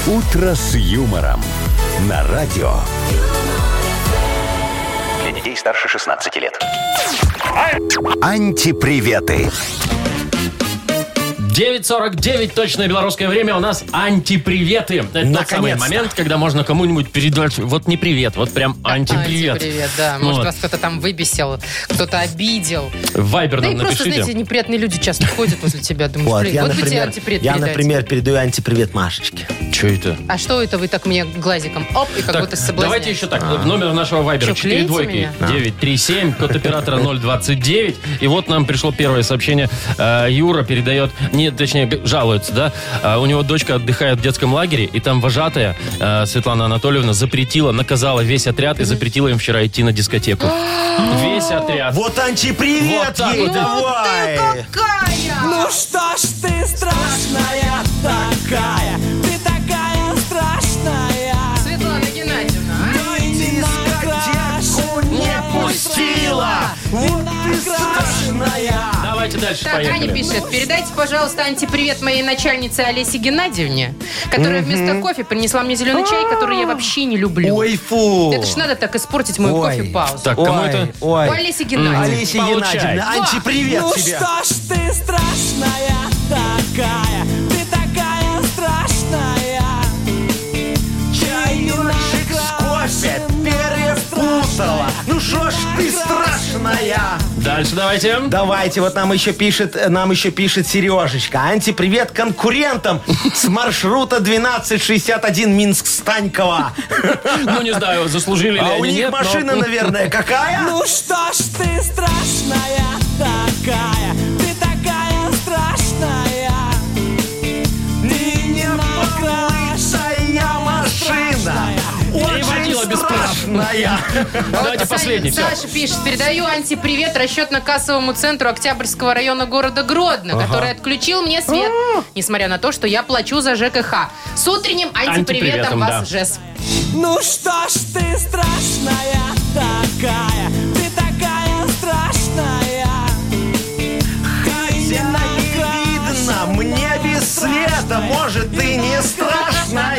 Speaker 4: Утро с юмором на радио.
Speaker 5: Для детей старше 16 лет.
Speaker 4: Антиприветы.
Speaker 1: 9.49, точное белорусское время, у нас антиприветы. Это тот самый
Speaker 3: Наконец-то.
Speaker 1: момент, когда можно кому-нибудь передать, вот не привет, вот прям антипривет.
Speaker 2: А, Антипривет, да. Может,
Speaker 1: Вот.
Speaker 2: вас кто-то там выбесил, кто-то обидел.
Speaker 1: В Вайбер
Speaker 2: Да и
Speaker 1: нам
Speaker 2: просто,
Speaker 1: напишите.
Speaker 2: знаете, неприятные люди часто ходят возле тебя. Думаешь,
Speaker 3: Вот,
Speaker 2: блин,
Speaker 3: я,
Speaker 2: вот бы тебе
Speaker 3: например,
Speaker 2: антипривет
Speaker 3: я,
Speaker 2: передать.
Speaker 3: например, передаю антипривет Машечке.
Speaker 1: Че это?
Speaker 2: А что это вы так мне глазиком оп и как
Speaker 1: Так,
Speaker 2: будто соблазняете?
Speaker 1: давайте еще так.
Speaker 3: А.
Speaker 1: Номер нашего вайбера
Speaker 2: Чё,
Speaker 1: четыре
Speaker 2: клеите
Speaker 1: двойки
Speaker 2: меня?
Speaker 1: 937, код оператора 029. И вот нам пришло первое сообщение. Э, Юра передает, нет, точнее, г- жалуется, да? Э, У него дочка отдыхает в детском лагере, и там вожатая э, Светлана Анатольевна запретила, наказала весь отряд и запретила им вчера идти на дискотеку. Весь отряд.
Speaker 3: Вот Анчи,
Speaker 1: Вот
Speaker 3: привет
Speaker 1: так
Speaker 3: ей,
Speaker 1: вот.
Speaker 3: давай.
Speaker 9: Ну что ж ты страшная такая, ты такая страшная.
Speaker 2: Светлана Геннадьевна, а?
Speaker 9: Ой, не накрашенная,
Speaker 3: пустила.
Speaker 9: не накрашенная.
Speaker 1: Давайте дальше
Speaker 2: Так, Аня
Speaker 1: поехали.
Speaker 2: пишет, передайте, пожалуйста, антипривет моей начальнице Олесе Геннадьевне, которая вместо кофе принесла мне зеленый чай, который я вообще не люблю.
Speaker 3: Ой, фу.
Speaker 2: Это ж надо так испортить мою
Speaker 3: Ой.
Speaker 2: кофе-паузу.
Speaker 1: Так, кому это?
Speaker 3: Ой, ой.
Speaker 2: У Олеси Геннадьевны.
Speaker 3: Олеся
Speaker 1: Получай.
Speaker 3: Геннадьевна, Анчи, привет
Speaker 9: Ну
Speaker 3: тебе.
Speaker 9: что ж ты страшная такая, ты такая страшная. Чай не
Speaker 3: Чайничек с кофе перепутала. Ну что ж ты страшная?
Speaker 1: Дальше давайте.
Speaker 3: Давайте, вот нам еще пишет, э, нам еще пишет Сережечка. Антипривет конкурентам с маршрута 1261 Минск-Станькова.
Speaker 1: Ну, не знаю, заслужили ли
Speaker 3: А у
Speaker 1: они,
Speaker 3: них
Speaker 1: нет, но-
Speaker 3: машина, наверное, какая?
Speaker 9: Ну что ж ты страшная такая, ты такая страшная. Ты не накрашенная,
Speaker 3: Большая машина.
Speaker 1: водила
Speaker 3: Очень
Speaker 1: без прав.
Speaker 3: страшная.
Speaker 1: Давайте
Speaker 2: Са-
Speaker 1: последний. всё.
Speaker 2: Саша пишет, передаю антипривет расчетно-кассовому центру Октябрьского района города Гродно, который отключил мне свет, несмотря на то, что я плачу за ЖКХ. С утренним антиприветом
Speaker 1: Антиприветом,
Speaker 2: вас,
Speaker 1: да.
Speaker 2: Жес.
Speaker 9: Ну что ж ты страшная такая, ты такая страшная.
Speaker 3: Тебя не видно, мне без света, может, ты не страшная.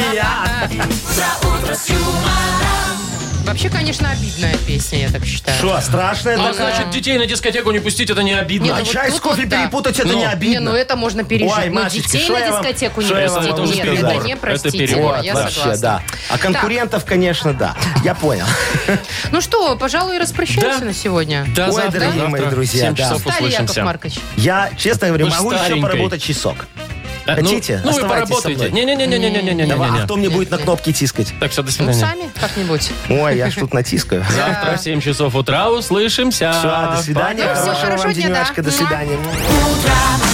Speaker 2: Вообще, конечно, обидная песня, я так считаю.
Speaker 3: Что, страшная
Speaker 1: А
Speaker 3: такая?
Speaker 1: значит, детей на дискотеку не пустить, это не
Speaker 2: Не,
Speaker 1: обидно.
Speaker 2: ну
Speaker 3: А
Speaker 2: вот
Speaker 3: чай с
Speaker 2: тут
Speaker 3: кофе
Speaker 2: вот да.
Speaker 3: перепутать, это
Speaker 1: Ну.
Speaker 3: не
Speaker 2: Не, ну
Speaker 3: обидно.
Speaker 2: это можно пережить.
Speaker 3: Ой,
Speaker 2: но
Speaker 3: Машечка,
Speaker 2: детей
Speaker 3: что
Speaker 2: на
Speaker 3: я вам-
Speaker 2: дискотеку
Speaker 3: что
Speaker 2: не
Speaker 3: я вам
Speaker 2: пустить.
Speaker 3: могу
Speaker 2: Нет,
Speaker 3: сказать?
Speaker 2: это
Speaker 1: Это
Speaker 2: непростительно,
Speaker 1: перебор,
Speaker 2: я
Speaker 3: Вообще,
Speaker 2: согласна.
Speaker 3: да. А конкурентов, конечно, да. Я понял.
Speaker 2: Ну что, пожалуй, распрощаемся
Speaker 1: Да.
Speaker 2: на сегодня.
Speaker 1: До
Speaker 3: Ой,
Speaker 1: завтра,
Speaker 3: дорогие мои
Speaker 1: завтра
Speaker 3: друзья,
Speaker 1: в 7
Speaker 3: да.
Speaker 1: часов
Speaker 2: Далее, Яков
Speaker 1: услышимся.
Speaker 2: Маркович.
Speaker 3: Я, честно говоря,
Speaker 1: Вы ж
Speaker 3: могу еще
Speaker 1: старенький.
Speaker 3: поработать часок.
Speaker 1: Э, ну-
Speaker 3: Хотите?
Speaker 1: Ну, вы
Speaker 3: Оставайтесь
Speaker 1: поработайте.
Speaker 3: со мной.
Speaker 1: Не-не-не-не-не-не-не-не.
Speaker 3: Давай, а кто мне будет на кнопки тискать?
Speaker 1: Так, все, до свидания.
Speaker 2: Ну, сами как-нибудь.
Speaker 3: Ой, я ж тут натискаю.
Speaker 1: Завтра в 7 часов утра услышимся.
Speaker 3: Все, до свидания.
Speaker 2: Ну, всё,
Speaker 3: Хорошего
Speaker 2: хорошего
Speaker 3: вам
Speaker 2: дня, да.
Speaker 3: денечка. До свидания.
Speaker 9: Утро